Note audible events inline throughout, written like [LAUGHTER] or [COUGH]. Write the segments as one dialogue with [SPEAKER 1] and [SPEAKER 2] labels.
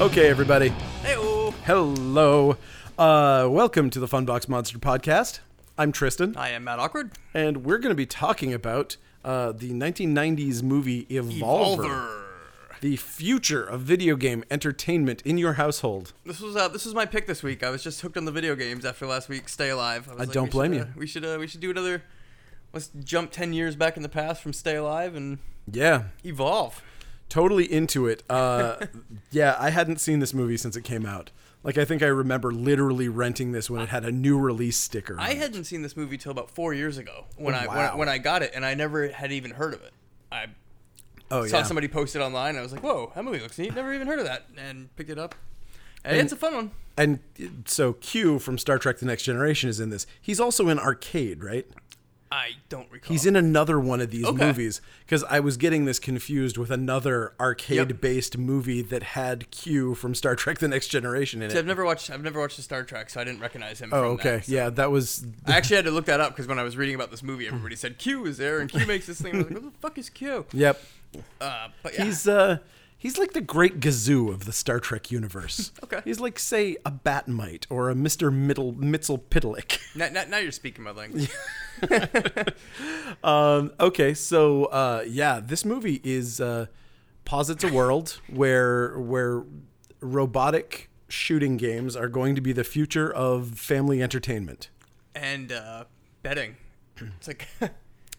[SPEAKER 1] Okay, everybody. Hello. Uh, welcome to the Funbox Monster Podcast. I'm Tristan,
[SPEAKER 2] I am Matt Awkward.
[SPEAKER 1] and we're going to be talking about uh, the 1990s movie Evolver, the future of video game entertainment in your household.
[SPEAKER 2] This was uh, this was my pick this week. I was just hooked on the video games after last week's Stay Alive. I, was
[SPEAKER 1] don't
[SPEAKER 2] we should,
[SPEAKER 1] blame
[SPEAKER 2] uh,
[SPEAKER 1] you.
[SPEAKER 2] We should uh, we should do another. Let's jump ten years back in the past from Stay Alive and
[SPEAKER 1] Yeah,
[SPEAKER 2] evolve.
[SPEAKER 1] totally into it. Uh, [LAUGHS] yeah, I hadn't seen this movie since it came out. Like, I think I remember literally renting this when it had a new release sticker. on
[SPEAKER 2] I
[SPEAKER 1] it.
[SPEAKER 2] hadn't seen this movie till about four years ago when I
[SPEAKER 1] Oh, Wow.
[SPEAKER 2] when, when I got it, and I never had even heard of it. I
[SPEAKER 1] oh,
[SPEAKER 2] saw
[SPEAKER 1] yeah.
[SPEAKER 2] somebody post it online. And I was like, "Whoa, that movie looks neat." Never even heard of that, and picked it up. And, it's a fun one.
[SPEAKER 1] And uh, so Q from Star Trek The Next Generation is in this. He's also in Arcade, right?
[SPEAKER 2] I don't recall.
[SPEAKER 1] He's in another one of these
[SPEAKER 2] Okay.
[SPEAKER 1] movies because I was getting this confused with another arcade based movie that had Q from Star Trek The Next Generation in
[SPEAKER 2] I've
[SPEAKER 1] it.
[SPEAKER 2] never watched. I've never watched the Star Trek, so I didn't recognize him.
[SPEAKER 1] Oh,
[SPEAKER 2] from that,
[SPEAKER 1] okay.
[SPEAKER 2] so-
[SPEAKER 1] Yeah, that was.
[SPEAKER 2] I actually had to look that up because when I was reading about this movie, everybody said Q is there and
[SPEAKER 1] [LAUGHS]
[SPEAKER 2] Q makes this thing. I was like, what the fuck is Q?
[SPEAKER 1] Yep.
[SPEAKER 2] Uh, but yeah,
[SPEAKER 1] He's, uh,. He's like the great gazoo of the Star Trek universe.
[SPEAKER 2] [LAUGHS] Okay.
[SPEAKER 1] He's like, say, a Batmite or a Mr. Middle Mitzel Piddlick.
[SPEAKER 2] now, now, now you're speaking my language.
[SPEAKER 1] Um, okay, so uh, yeah, this movie is uh, posits a world where where robotic shooting games are going to be the future of family entertainment.
[SPEAKER 2] And uh, betting. It's like [LAUGHS]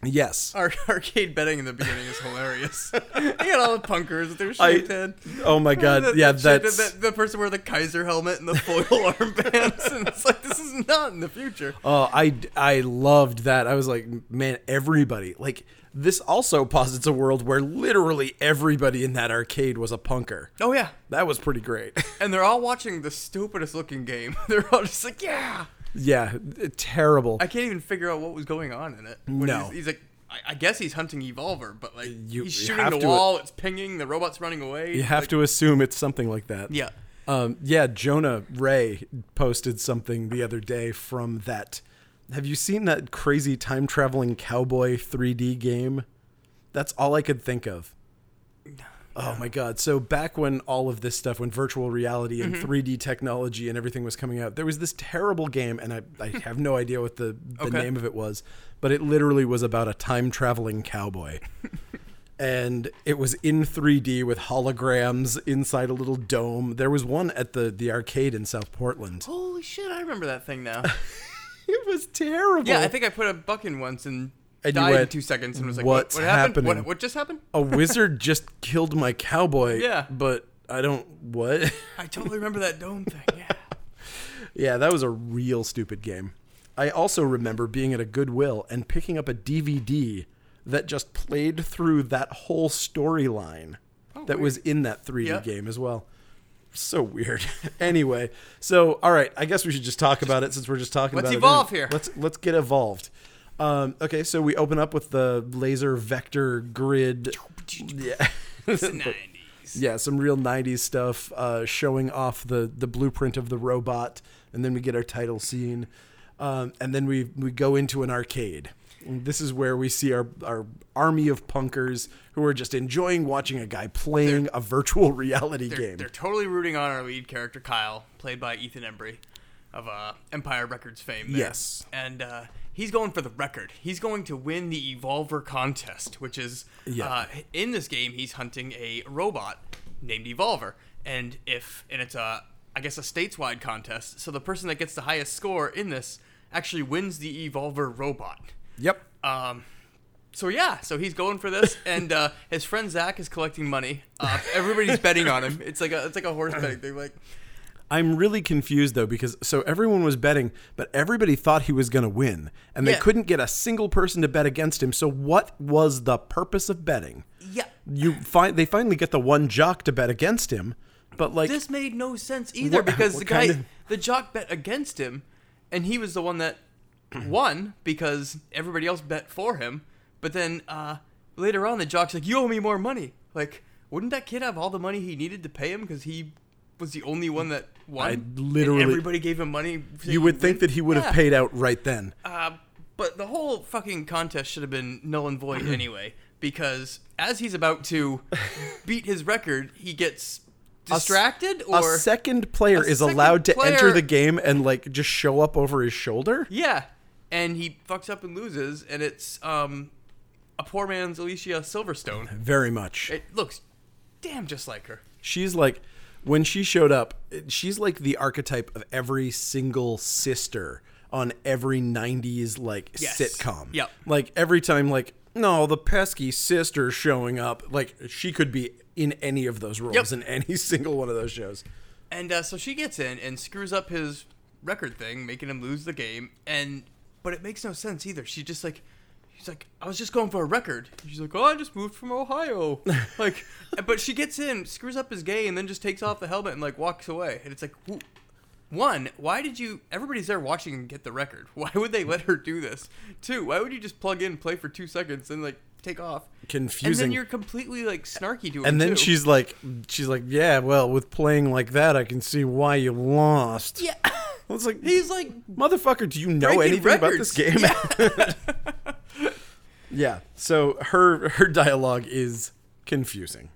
[SPEAKER 1] Yes.
[SPEAKER 2] our arcade betting in the beginning is
[SPEAKER 1] [LAUGHS]
[SPEAKER 2] hilarious. you got all the punkers with their
[SPEAKER 1] I-
[SPEAKER 2] shaved head.
[SPEAKER 1] Oh my
[SPEAKER 2] [LAUGHS]
[SPEAKER 1] god. Yeah,
[SPEAKER 2] that- that-
[SPEAKER 1] that's
[SPEAKER 2] that- the person wearing the Kaiser helmet and the
[SPEAKER 1] [LAUGHS]
[SPEAKER 2] foil armbands, and it's like this is not in the future.
[SPEAKER 1] Oh, I I loved that. I was like, man, everybody. Like this also posits a world where literally everybody in that arcade was a punker.
[SPEAKER 2] Oh yeah,
[SPEAKER 1] That was pretty great. [LAUGHS]
[SPEAKER 2] and they're all watching the stupidest looking game. [LAUGHS] They're all just like, yeah.
[SPEAKER 1] yeah, terrible.
[SPEAKER 2] I can't even figure out what was going on in it. When
[SPEAKER 1] No.
[SPEAKER 2] he's, he's like, I, I guess he's hunting Evolver, but like
[SPEAKER 1] You-
[SPEAKER 2] he's
[SPEAKER 1] you
[SPEAKER 2] shooting
[SPEAKER 1] have
[SPEAKER 2] the
[SPEAKER 1] to-
[SPEAKER 2] wall, it's pinging, the robot's running away.
[SPEAKER 1] You have to assume it's something like that.
[SPEAKER 2] Yeah.
[SPEAKER 1] Um, yeah, Jonah Ray posted something the other day from that. Have you seen that crazy time traveling cowboy 3D game? That's all I could think of. Oh my god. So back when all of this stuff, when virtual reality and
[SPEAKER 2] Mm-hmm.
[SPEAKER 1] 3D technology and everything was coming out, there was this terrible game and I,
[SPEAKER 2] [LAUGHS]
[SPEAKER 1] I have no idea what the, the
[SPEAKER 2] Okay.
[SPEAKER 1] name of it was, but it literally was about a time traveling
[SPEAKER 2] [LAUGHS]
[SPEAKER 1] cowboy. and it was in 3D with holograms inside a little dome. There was one at the the arcade in South Portland.
[SPEAKER 2] Holy shit, I remember that
[SPEAKER 1] [LAUGHS]
[SPEAKER 2] thing now.
[SPEAKER 1] It was terrible.
[SPEAKER 2] yeah, I think I put a buck in once and,
[SPEAKER 1] And you
[SPEAKER 2] died in
[SPEAKER 1] went,
[SPEAKER 2] two seconds and was like,
[SPEAKER 1] "What's
[SPEAKER 2] what, what happened?
[SPEAKER 1] happening?"
[SPEAKER 2] What, what just happened?
[SPEAKER 1] a wizard just killed my cowboy.
[SPEAKER 2] [LAUGHS] Yeah.
[SPEAKER 1] but I don't what. [LAUGHS]
[SPEAKER 2] I totally remember that dome thing. Yeah.
[SPEAKER 1] yeah, that was a real stupid game. I also remember being at a Goodwill and picking up a DVD that just played through that whole storyline that was in that 3D
[SPEAKER 2] Oh, Yeah.
[SPEAKER 1] game as well. So weird. [LAUGHS] anyway, so all right, I guess we should just talk about it since we're just talking
[SPEAKER 2] Let's
[SPEAKER 1] about it
[SPEAKER 2] evolve
[SPEAKER 1] anyway.
[SPEAKER 2] here.
[SPEAKER 1] Let's let's get evolved. Um, okay, so we open up with the laser vector
[SPEAKER 2] [LAUGHS]
[SPEAKER 1] grid. Yeah. [LAUGHS]
[SPEAKER 2] It's the 90s.
[SPEAKER 1] Yeah, some real '90s stuff, uh, showing off the the blueprint of the robot, and then we get our title scene, um, and then we we go into an arcade. And this is where we see our our army of punkers who are just enjoying watching a guy playing a virtual [LAUGHS] reality
[SPEAKER 2] They're,
[SPEAKER 1] game.
[SPEAKER 2] they're totally rooting on our lead character, Kyle, played by Ethan Embry of uh, Empire Records fame. there.
[SPEAKER 1] Yes.
[SPEAKER 2] And uh, he's going for the record. He's going to win the Evolver contest, which is
[SPEAKER 1] Yeah.
[SPEAKER 2] uh, in this game, he's hunting a robot named Evolver. And if, and it's a, I guess, a stateswide contest. So the person that gets the highest score in this actually wins the Evolver robot.
[SPEAKER 1] Yep.
[SPEAKER 2] Um, so yeah, so he's going
[SPEAKER 1] [LAUGHS]
[SPEAKER 2] for this, and uh, his friend Zach is collecting money. Uh, everybody's betting on him. It's like a it's like a horse betting thing. Like
[SPEAKER 1] I'm really confused though because so everyone was betting, but everybody thought he was going to win, and they
[SPEAKER 2] Yeah.
[SPEAKER 1] couldn't get a single person to bet against him. So what was the purpose of betting?
[SPEAKER 2] yeah,
[SPEAKER 1] you find they finally get the one jock to bet against him, but like
[SPEAKER 2] this made no sense either
[SPEAKER 1] What-
[SPEAKER 2] because
[SPEAKER 1] what
[SPEAKER 2] the guy
[SPEAKER 1] kind of-
[SPEAKER 2] the jock bet against him, and he was the one
[SPEAKER 1] [CLEARS THROAT]
[SPEAKER 2] that won because everybody else bet for him. But then uh, later on, the jock's like, "You owe me more money." Like, wouldn't that kid have all the money he needed to pay him because he was the only one that won?
[SPEAKER 1] I
[SPEAKER 2] and
[SPEAKER 1] literally-
[SPEAKER 2] everybody gave him money.
[SPEAKER 1] you would think that he would have
[SPEAKER 2] Yeah.
[SPEAKER 1] paid out right then.
[SPEAKER 2] Uh, but the whole fucking contest should have been null
[SPEAKER 1] [CLEARS THROAT]
[SPEAKER 2] and void
[SPEAKER 1] [LAUGHS]
[SPEAKER 2] anyway, because as he's about to beat his record, he gets
[SPEAKER 1] A s-
[SPEAKER 2] distracted or
[SPEAKER 1] a second player
[SPEAKER 2] A
[SPEAKER 1] is
[SPEAKER 2] second
[SPEAKER 1] allowed to enter
[SPEAKER 2] player-
[SPEAKER 1] the game and like just show up over his shoulder.
[SPEAKER 2] yeah, and he fucks up and loses, and it's um a poor man's
[SPEAKER 1] [LAUGHS]
[SPEAKER 2] Alicia Silverstone.
[SPEAKER 1] Very much.
[SPEAKER 2] It looks damn just like her.
[SPEAKER 1] She's like when she showed up, she's like the archetype of every single sister on every 90s like
[SPEAKER 2] Yes.
[SPEAKER 1] sitcom.
[SPEAKER 2] Yep.
[SPEAKER 1] Like every time like no, the pesky sister showing up, like she could be in any of those roles
[SPEAKER 2] Yep.
[SPEAKER 1] in any [LAUGHS] single one of those shows.
[SPEAKER 2] And uh, so she gets in and screws up his record thing, making him lose the game. And but it makes no sense either. She just like, he's like, I was just going for a record. And she's like, oh, I just moved
[SPEAKER 1] [LAUGHS]
[SPEAKER 2] from Ohio. like, but she gets in, screws up his game, and then just takes off the helmet and like walks away. And it's like, wh- one, why did you? Everybody's there watching him get the record. [LAUGHS] Why would they let her do this? Two, why would you just plug in, play for two seconds, and like take off? And
[SPEAKER 1] Confusing.
[SPEAKER 2] then you're completely like snarky to him.
[SPEAKER 1] And then
[SPEAKER 2] too.
[SPEAKER 1] she's like she's like, "Yeah, well, with playing like that, I can see why you lost."
[SPEAKER 2] yeah. [LAUGHS]
[SPEAKER 1] I was like,
[SPEAKER 2] He's like
[SPEAKER 1] motherfucker, do you know
[SPEAKER 2] Breaking
[SPEAKER 1] anything about this game? Yeah. [LAUGHS] So her her dialogue is confusing.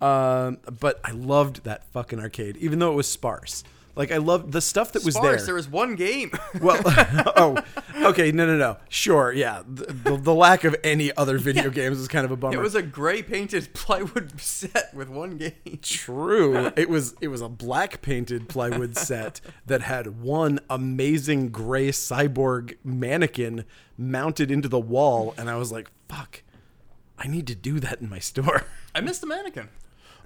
[SPEAKER 1] Um, but I loved that fucking arcade, even though it was sparse. Like I loved the stuff that was
[SPEAKER 2] sparse.
[SPEAKER 1] there.
[SPEAKER 2] There was one game. [LAUGHS]
[SPEAKER 1] well, [LAUGHS] oh, okay, no, no, no, sure, yeah. The, the, the lack of any other video
[SPEAKER 2] [LAUGHS]
[SPEAKER 1] games is kind of a bummer.
[SPEAKER 2] it was a gray painted [LAUGHS] plywood set with one game.
[SPEAKER 1] True. It was it was a black painted plywood set that had one amazing gray cyborg mannequin mounted into the wall, and I was like, "Fuck, I need to do that in my store." [LAUGHS]
[SPEAKER 2] I missed the mannequin.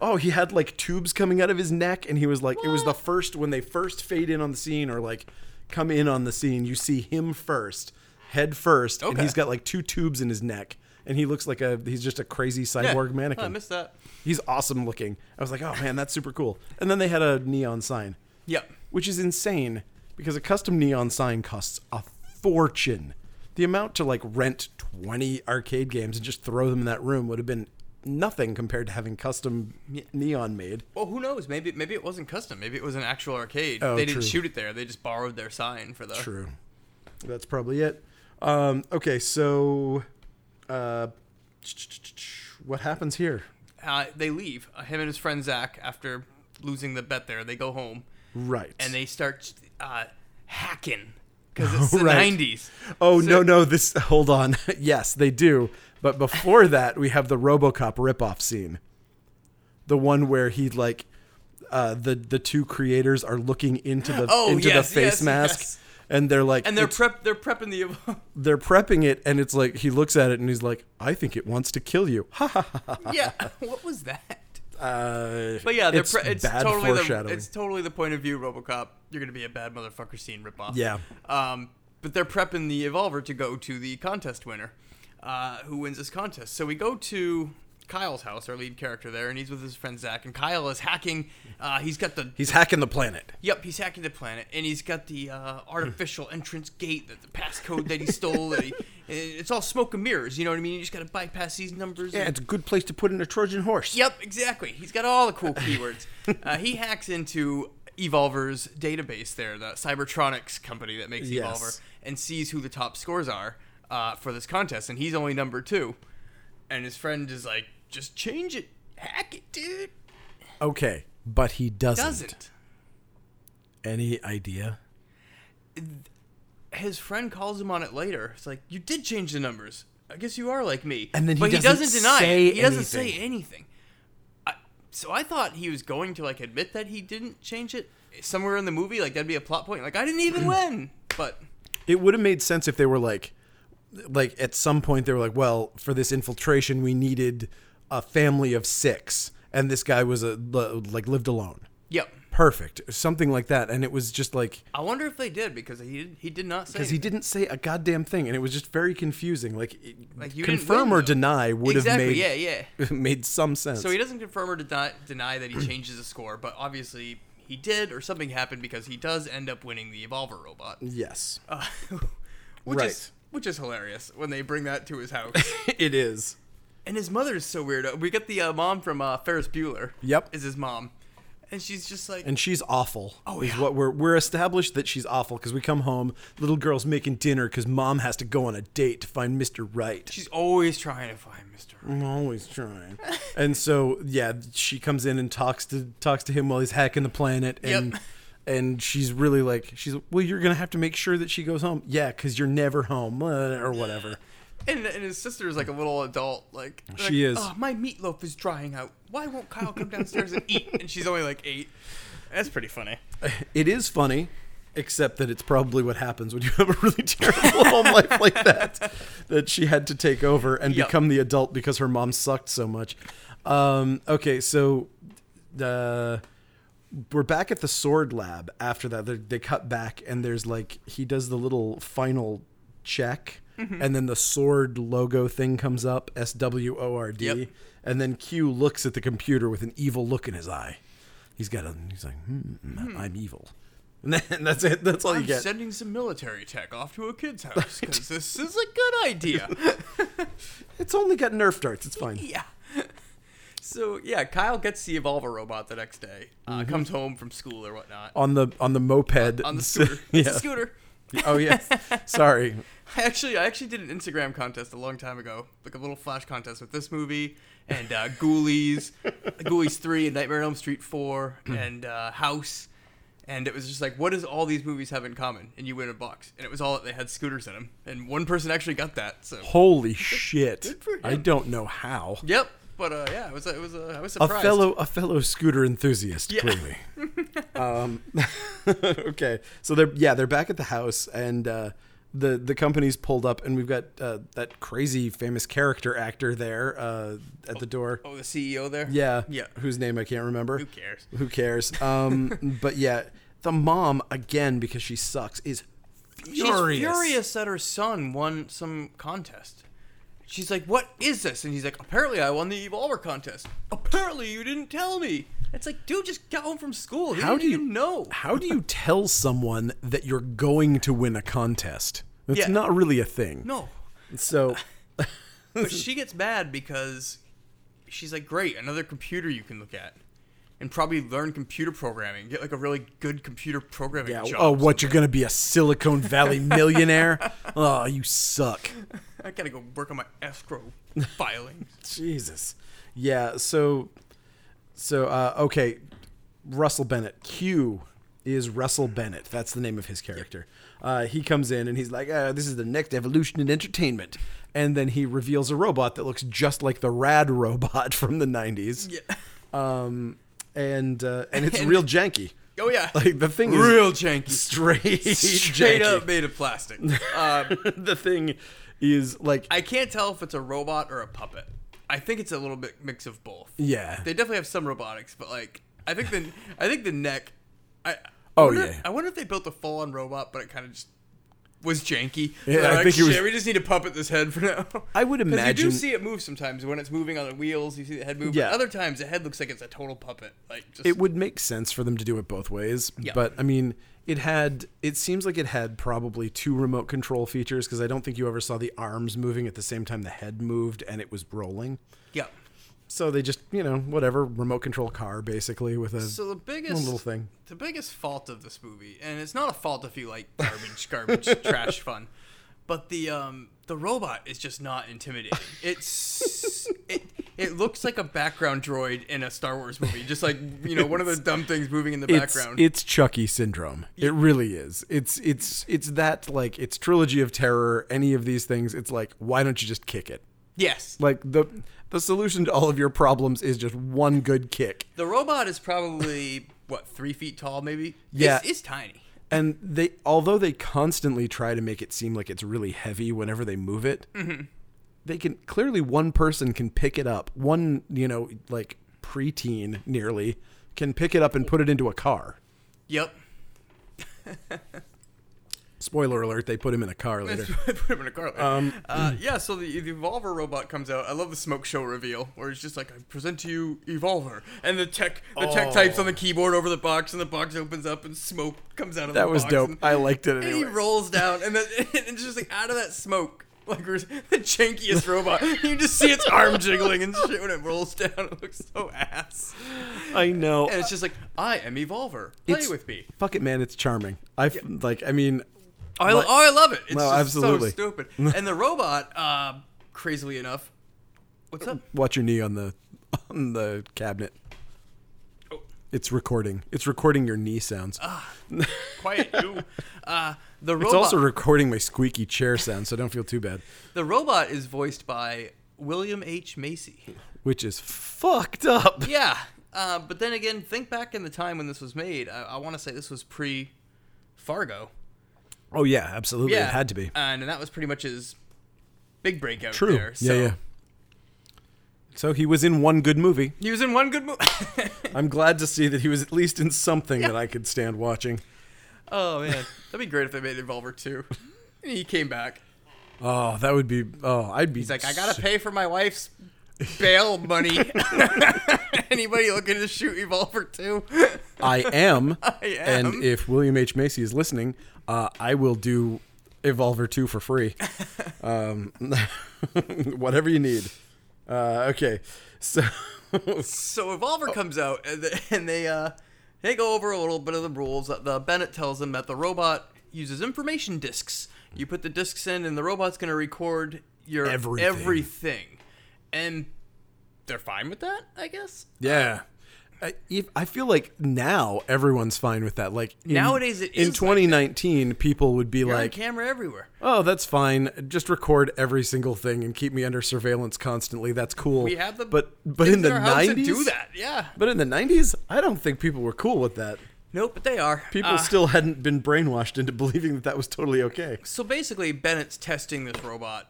[SPEAKER 1] Oh, he had like tubes coming out of his neck, and he was like, "It was the first when they first fade in on the scene, or like come in on the scene. You see him first, head first, and
[SPEAKER 2] Okay.
[SPEAKER 1] he's got like two tubes in his neck." And he looks like a he's just a crazy cyborg
[SPEAKER 2] Yeah.
[SPEAKER 1] mannequin.
[SPEAKER 2] I missed that.
[SPEAKER 1] He's awesome looking. I was like, oh man, that's super cool. And then they had a neon sign,
[SPEAKER 2] Yep.
[SPEAKER 1] which is insane because a custom neon sign costs a fortune. The amount to like rent 20 arcade games and just throw them in that room would have been nothing compared to having custom neon made.
[SPEAKER 2] Well, who knows? Maybe maybe it wasn't custom. Maybe it was an actual arcade.
[SPEAKER 1] Oh,
[SPEAKER 2] they didn't
[SPEAKER 1] true.
[SPEAKER 2] shoot it there. They just borrowed their sign for the.
[SPEAKER 1] True. That's probably it. Um, okay, so uh, what happens here?
[SPEAKER 2] Uh, they leave. Uh, him and his friend Zach after losing the bet there. They go home
[SPEAKER 1] Right.
[SPEAKER 2] and they start uh, hacking because
[SPEAKER 1] [LAUGHS]
[SPEAKER 2] it's the
[SPEAKER 1] Right.
[SPEAKER 2] '90s.
[SPEAKER 1] Oh
[SPEAKER 2] So-
[SPEAKER 1] no no this [LAUGHS] hold on yes they do but
[SPEAKER 2] [LAUGHS]
[SPEAKER 1] before that we have the RoboCop ripoff scene, the one where he like uh, the the two creators are looking into the
[SPEAKER 2] Oh,
[SPEAKER 1] into
[SPEAKER 2] yes,
[SPEAKER 1] the face
[SPEAKER 2] yes,
[SPEAKER 1] mask
[SPEAKER 2] yes.
[SPEAKER 1] and they're like
[SPEAKER 2] And they're
[SPEAKER 1] it's-
[SPEAKER 2] prep. They're prepping the. [LAUGHS]
[SPEAKER 1] they're prepping it and it's like he looks at it and he's like I think it wants to kill you ha ha ha, ha.
[SPEAKER 2] yeah. [LAUGHS] What was that?
[SPEAKER 1] Uh,
[SPEAKER 2] But yeah, they're
[SPEAKER 1] it's,
[SPEAKER 2] it's, pre- it's
[SPEAKER 1] bad
[SPEAKER 2] totally the,
[SPEAKER 1] foreshadowing
[SPEAKER 2] it's totally the point of view RoboCop. You're gonna be a bad motherfucker scene ripoff.
[SPEAKER 1] Yeah.
[SPEAKER 2] Um, but they're prepping the Evolver to go to the contest winner, uh, who wins this contest. So we go to Kyle's house, our lead character there, and he's with his friend Zach. And Kyle is hacking. Uh, he's got the
[SPEAKER 1] he's hacking the planet
[SPEAKER 2] Yep, he's hacking the planet, and he's got the uh,
[SPEAKER 1] [LAUGHS]
[SPEAKER 2] artificial entrance gate, that the passcode that he stole. that he, and it's all smoke and mirrors, you know what I mean? You just gotta bypass these numbers.
[SPEAKER 1] yeah
[SPEAKER 2] and-
[SPEAKER 1] it's a good place to put in a Trojan horse
[SPEAKER 2] Yep, exactly. He's got all the cool keywords. Uh, he hacks into Evolver's database there, the Cybertronics company that makes
[SPEAKER 1] Yes.
[SPEAKER 2] Evolver, and sees who the top scores are uh, for this contest, and he's only number two. And his friend is like, just change it. Hack it, dude.
[SPEAKER 1] okay but he
[SPEAKER 2] Doesn't.
[SPEAKER 1] any idea
[SPEAKER 2] His friend calls him on it later. It's like, you did change the numbers. I guess you are like me.
[SPEAKER 1] And then he
[SPEAKER 2] but
[SPEAKER 1] doesn't
[SPEAKER 2] deny
[SPEAKER 1] say
[SPEAKER 2] it. He doesn't say
[SPEAKER 1] anything.
[SPEAKER 2] anything. I, so I thought he was going to like admit that he didn't change it somewhere in the movie. Like that'd be a plot point. Like I
[SPEAKER 1] [CLEARS THROAT]
[SPEAKER 2] didn't even win. But
[SPEAKER 1] it would have made sense if they were like like at some point they were like well for this infiltration we needed a family of six and this guy was a like lived alone
[SPEAKER 2] yep.
[SPEAKER 1] perfect something like that and it was just like
[SPEAKER 2] I wonder if they did because he did, he did not say.
[SPEAKER 1] because he
[SPEAKER 2] anything.
[SPEAKER 1] didn't say a goddamn thing and it was just very confusing like, it-
[SPEAKER 2] Like, you didn't
[SPEAKER 1] confirm
[SPEAKER 2] win,
[SPEAKER 1] or
[SPEAKER 2] though.
[SPEAKER 1] deny would
[SPEAKER 2] exactly.
[SPEAKER 1] have made
[SPEAKER 2] yeah, yeah.
[SPEAKER 1] [LAUGHS] made some sense
[SPEAKER 2] So he doesn't confirm or deny, deny that he [CLEARS THROAT] changes the score, but obviously he did, or something happened because he does end up winning the Evolver robot. [LAUGHS]
[SPEAKER 1] yes
[SPEAKER 2] Uh, [LAUGHS] which
[SPEAKER 1] Right.
[SPEAKER 2] is which is hilarious when they bring that to his
[SPEAKER 1] [LAUGHS]
[SPEAKER 2] house.
[SPEAKER 1] it is
[SPEAKER 2] and his mother is so weird. We get the uh, mom from uh, Ferris uh, Bueller.
[SPEAKER 1] Yep.
[SPEAKER 2] is his mom, and she's just like,
[SPEAKER 1] and she's awful.
[SPEAKER 2] Oh,
[SPEAKER 1] is
[SPEAKER 2] yeah.
[SPEAKER 1] what we're we're established that she's awful because we come home, little girl's making dinner because mom has to go on a date to find Mister Right.
[SPEAKER 2] she's always trying to find Mister.
[SPEAKER 1] I'm always trying. and so yeah, she comes in and talks to talks to him while he's hacking the planet and
[SPEAKER 2] Yep.
[SPEAKER 1] and she's really like she's well you're going to have to make sure that she goes home. Yeah, cuz you're never home [LAUGHS] uh, or whatever.
[SPEAKER 2] And, and his sister is like a little adult, like
[SPEAKER 1] She
[SPEAKER 2] like,
[SPEAKER 1] is.
[SPEAKER 2] Oh, my meatloaf is drying out. Why won't Kyle come downstairs and eat? And she's only like eight. That's pretty funny.
[SPEAKER 1] It is funny except that it's probably what happens when you have a really [LAUGHS] terrible home life like that that she had to take over and
[SPEAKER 2] Yep.
[SPEAKER 1] become the adult because her mom sucked so much. Um okay, so uh we're back at the sword lab after that they they cut back and there's like he does the little final check
[SPEAKER 2] Mm-hmm.
[SPEAKER 1] and then the sword logo thing comes up s-w-o-r-d
[SPEAKER 2] Yep.
[SPEAKER 1] and then q looks at the computer with an evil look in his eye he's got a he's like hmm, i'm evil [LAUGHS] and then that's it that's all
[SPEAKER 2] I'm
[SPEAKER 1] you get
[SPEAKER 2] sending some military tech off to
[SPEAKER 1] [LAUGHS]
[SPEAKER 2] a kid's house because this is a good idea.
[SPEAKER 1] it's only got nerf darts it's fine
[SPEAKER 2] yeah. [LAUGHS] So yeah, Kyle gets the Evolver robot the next day. Uh,
[SPEAKER 1] Mm-hmm.
[SPEAKER 2] Comes home from school or whatnot
[SPEAKER 1] on the on the moped [LAUGHS]
[SPEAKER 2] on the scooter. It's a
[SPEAKER 1] Oh, yeah.
[SPEAKER 2] scooter.
[SPEAKER 1] oh
[SPEAKER 2] [LAUGHS]
[SPEAKER 1] yes sorry
[SPEAKER 2] I actually, I actually did an Instagram contest a long time ago, like a little flash contest with this movie
[SPEAKER 1] [LAUGHS]
[SPEAKER 2] and uh, Ghoulies, Ghoulies Three, and Nightmare on Elm Street Four,
[SPEAKER 1] Hmm.
[SPEAKER 2] and uh, House, and it was just like, what does all these movies have in common? And you win a box, and it was all that they had scooters in them, and one person actually got that. So
[SPEAKER 1] holy shit
[SPEAKER 2] for him.
[SPEAKER 1] i don't know how
[SPEAKER 2] yep, but uh, yeah, it was it was uh, I was
[SPEAKER 1] a
[SPEAKER 2] surprised.
[SPEAKER 1] fellow a fellow scooter enthusiast
[SPEAKER 2] Yeah. [LAUGHS]
[SPEAKER 1] clearly um, [LAUGHS] okay so they're yeah they're back at the house and uh, the the company's pulled up and we've got uh, that crazy famous character actor there uh, at the door
[SPEAKER 2] Oh, the CEO there.
[SPEAKER 1] yeah
[SPEAKER 2] Yeah.
[SPEAKER 1] whose name i can't remember
[SPEAKER 2] Who cares?
[SPEAKER 1] who cares
[SPEAKER 2] [LAUGHS]
[SPEAKER 1] um, but yeah the mom again because she sucks is furious,
[SPEAKER 2] She's furious that her son won some contest. She's like, "What is this?" And he's like, "Apparently, I won the Evolver contest. Apparently, you didn't tell me." It's like, dude, just got home from school. How do you
[SPEAKER 1] [LAUGHS]
[SPEAKER 2] know?
[SPEAKER 1] how do you tell someone that you're going to win a contest it's
[SPEAKER 2] Yeah.
[SPEAKER 1] not really a thing
[SPEAKER 2] No, [LAUGHS]
[SPEAKER 1] so
[SPEAKER 2] but she gets mad because she's like, "Great, another computer you can look at, and probably learn computer programming. Get like a really good computer programming
[SPEAKER 1] Yeah.
[SPEAKER 2] job."
[SPEAKER 1] Oh, what? You're going to be a Silicon Valley
[SPEAKER 2] [LAUGHS]
[SPEAKER 1] millionaire? oh, you suck.
[SPEAKER 2] I gotta go work on my escrow filings.
[SPEAKER 1] [LAUGHS] Jesus. Yeah. So, so, uh, okay. Russell Bennett. Q is Russell Bennett. That's the name of his character. Uh, he comes in and he's like, uh, this is the next evolution in entertainment. And then he reveals a robot that looks just like the rad robot [LAUGHS] from the 90s.
[SPEAKER 2] Yeah.
[SPEAKER 1] Um, and, uh, and it's
[SPEAKER 2] And-
[SPEAKER 1] real janky.
[SPEAKER 2] Oh yeah.
[SPEAKER 1] Like the thing is
[SPEAKER 2] Real janky.
[SPEAKER 1] [LAUGHS] straight,
[SPEAKER 2] [LAUGHS] Straight
[SPEAKER 1] janky.
[SPEAKER 2] up made of plastic. Uh,
[SPEAKER 1] [LAUGHS] the thing is like
[SPEAKER 2] I can't tell if it's a robot or a puppet. I think it's a little bit mix of both.
[SPEAKER 1] yeah
[SPEAKER 2] They definitely have some robotics, but like I think the I think the neck. I I
[SPEAKER 1] Oh,
[SPEAKER 2] wonder-
[SPEAKER 1] yeah.
[SPEAKER 2] I wonder if they built a full on robot, but it kind of just was janky.
[SPEAKER 1] Yeah,
[SPEAKER 2] They're
[SPEAKER 1] I
[SPEAKER 2] like,
[SPEAKER 1] think it was-
[SPEAKER 2] "Shit, we just need to puppet this head for now.
[SPEAKER 1] [LAUGHS] I would
[SPEAKER 2] 'Cause
[SPEAKER 1] imagine-
[SPEAKER 2] you do see it move sometimes when it's moving on the wheels. You see the head move.
[SPEAKER 1] Yeah.
[SPEAKER 2] But other times the head looks like it's a total puppet. Like just
[SPEAKER 1] it would make sense for them to do it both ways
[SPEAKER 2] Yeah.
[SPEAKER 1] but i mean it had it seems like it had probably two remote control features because i don't think you ever saw the arms moving at the same time the head moved and it was rolling
[SPEAKER 2] yeah.
[SPEAKER 1] so they just you know whatever remote control car basically with a
[SPEAKER 2] So the biggest
[SPEAKER 1] little thing
[SPEAKER 2] the biggest fault of this movie, and it's not a fault if you like garbage, garbage,
[SPEAKER 1] [LAUGHS]
[SPEAKER 2] trash fun, but the um the robot is just not intimidating. It's it it looks like a background droid in a Star Wars movie, just like you know one of the dumb things moving in the
[SPEAKER 1] it's
[SPEAKER 2] background.
[SPEAKER 1] it's Chucky syndrome. It really is. It's it's it's that like it's trilogy of terror. Any of these things, it's like why don't you just kick it?
[SPEAKER 2] yes,
[SPEAKER 1] Like the the solution to all of your problems is just one good kick.
[SPEAKER 2] the robot is probably what three feet tall, maybe.
[SPEAKER 1] Yeah.
[SPEAKER 2] it's, it's tiny.
[SPEAKER 1] And they, although they constantly try to make it seem like it's really heavy whenever they move it,
[SPEAKER 2] Mm-hmm.
[SPEAKER 1] they can clearly one person can pick it up. One, you know, like preteen nearly can pick it up and put it into a car.
[SPEAKER 2] Yep.
[SPEAKER 1] Spoiler alert: they put him in a car later.
[SPEAKER 2] [LAUGHS] I put him in a car. later.
[SPEAKER 1] Um,
[SPEAKER 2] uh, yeah, so the, the Evolver robot comes out. I love the smoke show reveal where it's just like, I present to you Evolver. And the tech the tech types on the keyboard over the box, and the box opens up, and smoke comes out of
[SPEAKER 1] [LAUGHS]
[SPEAKER 2] the
[SPEAKER 1] That was
[SPEAKER 2] box,
[SPEAKER 1] dope.
[SPEAKER 2] And,
[SPEAKER 1] I liked it
[SPEAKER 2] and he
[SPEAKER 1] anyway.
[SPEAKER 2] [LAUGHS] rolls down, and then and just like out of that smoke. like we're the jankiest robot. You just see its arm jiggling and shit when it rolls down. It looks so ass.
[SPEAKER 1] I know.
[SPEAKER 2] And it's just like, I am Evolver. Play
[SPEAKER 1] It's-
[SPEAKER 2] with me.
[SPEAKER 1] Fuck it, man. It's charming. I f- like. I mean,
[SPEAKER 2] I,
[SPEAKER 1] Like-
[SPEAKER 2] oh, I love it. It's
[SPEAKER 1] No,
[SPEAKER 2] just
[SPEAKER 1] absolutely. [LAUGHS]
[SPEAKER 2] so stupid. And the robot, uh, crazily enough, what's up?
[SPEAKER 1] watch your knee on the [LAUGHS] on the cabinet.
[SPEAKER 2] Oh. Ah.
[SPEAKER 1] It's recording. It's recording your knee sounds.
[SPEAKER 2] [LAUGHS] Quiet you. Uh, the robot.
[SPEAKER 1] it's also recording my squeaky chair sound, so don't feel too bad.
[SPEAKER 2] the robot is voiced by William H Macy.
[SPEAKER 1] Which is fucked up.
[SPEAKER 2] Yeah. Uh, but then again, think back in the time when this was made. I, I want to say this was pre Fargo.
[SPEAKER 1] [LAUGHS] Oh yeah, absolutely.
[SPEAKER 2] Yeah.
[SPEAKER 1] It had to be.
[SPEAKER 2] And, that was pretty much his big breakout
[SPEAKER 1] True.
[SPEAKER 2] there. So
[SPEAKER 1] yeah, yeah. So he was in one good movie.
[SPEAKER 2] He was in one good movie.
[SPEAKER 1] I'm glad to see that he was at least in something that I could stand watching.
[SPEAKER 2] [LAUGHS] oh, man. That'd be great if they made Evolver 2. [LAUGHS] he came back.
[SPEAKER 1] Oh, that would be. Oh, I'd be.
[SPEAKER 2] He's like, I gotta pay for my wife's bail [LAUGHS] money. Anybody looking to shoot Evolver 2?
[SPEAKER 1] I
[SPEAKER 2] [LAUGHS]
[SPEAKER 1] am.
[SPEAKER 2] am.
[SPEAKER 1] And if William H Macy is listening, uh, I will do Evolver Two for
[SPEAKER 2] [LAUGHS]
[SPEAKER 1] free. um, [LAUGHS] whatever you need. Uh, okay, so [LAUGHS]
[SPEAKER 2] so Evolver comes out, and they, and they uh, they go over a little bit of the rules. Uh, The Bennett tells them that the robot uses information discs. You put the discs in, and the robot's gonna record your
[SPEAKER 1] Everything.
[SPEAKER 2] everything. And they're fine with that, I guess.
[SPEAKER 1] yeah. I, if, I feel like now everyone's fine with that. Like in-
[SPEAKER 2] Nowadays it is
[SPEAKER 1] in
[SPEAKER 2] like that.
[SPEAKER 1] 2019, people would be
[SPEAKER 2] They're on
[SPEAKER 1] like,
[SPEAKER 2] camera everywhere.
[SPEAKER 1] "Oh, that's fine. Just record every single thing and keep me under surveillance constantly. That's cool."
[SPEAKER 2] We have the
[SPEAKER 1] but but
[SPEAKER 2] things
[SPEAKER 1] in the
[SPEAKER 2] our house that
[SPEAKER 1] 90s,
[SPEAKER 2] do that, yeah.
[SPEAKER 1] But in the 90s, I don't think people were cool with that.
[SPEAKER 2] Nope, but they are
[SPEAKER 1] People
[SPEAKER 2] Uh,
[SPEAKER 1] still hadn't been brainwashed into [LAUGHS] believing that that was totally okay.
[SPEAKER 2] So basically, Bennett's testing this robot.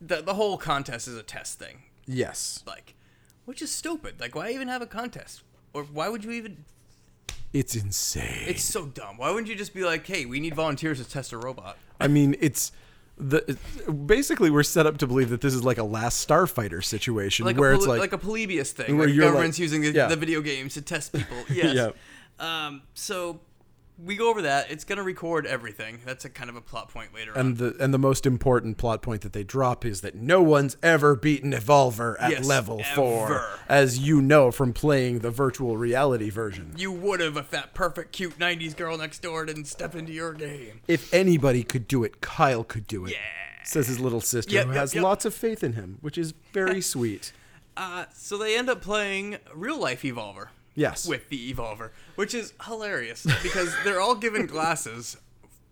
[SPEAKER 2] The the whole contest is a test thing.
[SPEAKER 1] Yes.
[SPEAKER 2] like which is stupid like why even have a contest or why would you even
[SPEAKER 1] It's insane.
[SPEAKER 2] it's so dumb why wouldn't you just be like hey we need volunteers to test a robot
[SPEAKER 1] I mean, it's the basically we're set up to believe that this is like a last starfighter situation
[SPEAKER 2] like
[SPEAKER 1] where
[SPEAKER 2] a
[SPEAKER 1] it's
[SPEAKER 2] poli-
[SPEAKER 1] like,
[SPEAKER 2] a Polybius thing
[SPEAKER 1] Where
[SPEAKER 2] where the
[SPEAKER 1] you're like-
[SPEAKER 2] government's using the,
[SPEAKER 1] yeah.
[SPEAKER 2] the video games to test people
[SPEAKER 1] [LAUGHS]
[SPEAKER 2] yes um so we go over that it's gonna record everything that's a kind of a plot point later on
[SPEAKER 1] and the and the most important plot point that they drop is that no one's ever beaten Evolver at
[SPEAKER 2] Yes,
[SPEAKER 1] level 4
[SPEAKER 2] ever.
[SPEAKER 1] as you know from playing the virtual reality version.
[SPEAKER 2] you would have if that perfect cute 90s girl next door didn't step into your game
[SPEAKER 1] If anybody could do it, Kyle could do it.
[SPEAKER 2] Yeah.
[SPEAKER 1] Says his little sister
[SPEAKER 2] Yep,
[SPEAKER 1] who
[SPEAKER 2] yep,
[SPEAKER 1] has
[SPEAKER 2] yep.
[SPEAKER 1] lots of faith in him, which is
[SPEAKER 2] [LAUGHS]
[SPEAKER 1] very sweet.
[SPEAKER 2] uh, so they end up playing real life evolver
[SPEAKER 1] Yes.
[SPEAKER 2] with the evolver, which is hilarious because they're all given glasses,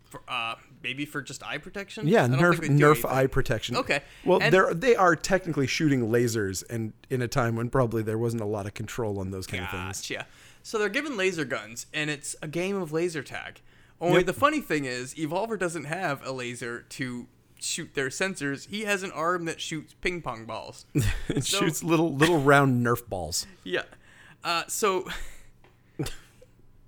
[SPEAKER 2] for, uh, maybe for just eye protection.
[SPEAKER 1] Yeah,
[SPEAKER 2] I don't
[SPEAKER 1] Nerf
[SPEAKER 2] think they do
[SPEAKER 1] Nerf
[SPEAKER 2] anything.
[SPEAKER 1] eye protection.
[SPEAKER 2] Okay,
[SPEAKER 1] Well,
[SPEAKER 2] and-
[SPEAKER 1] they're they are technically shooting lasers, and in a time when probably there wasn't a lot of control on those kind of
[SPEAKER 2] [LAUGHS]
[SPEAKER 1] things.
[SPEAKER 2] Gotcha. So they're given laser guns, and it's a game of laser tag. Only
[SPEAKER 1] Yep.
[SPEAKER 2] the funny thing is, Evolver doesn't have a laser to shoot their sensors. He has an arm that shoots ping pong balls.
[SPEAKER 1] It
[SPEAKER 2] So-
[SPEAKER 1] shoots little little round Nerf balls.
[SPEAKER 2] Yeah. Uh, so.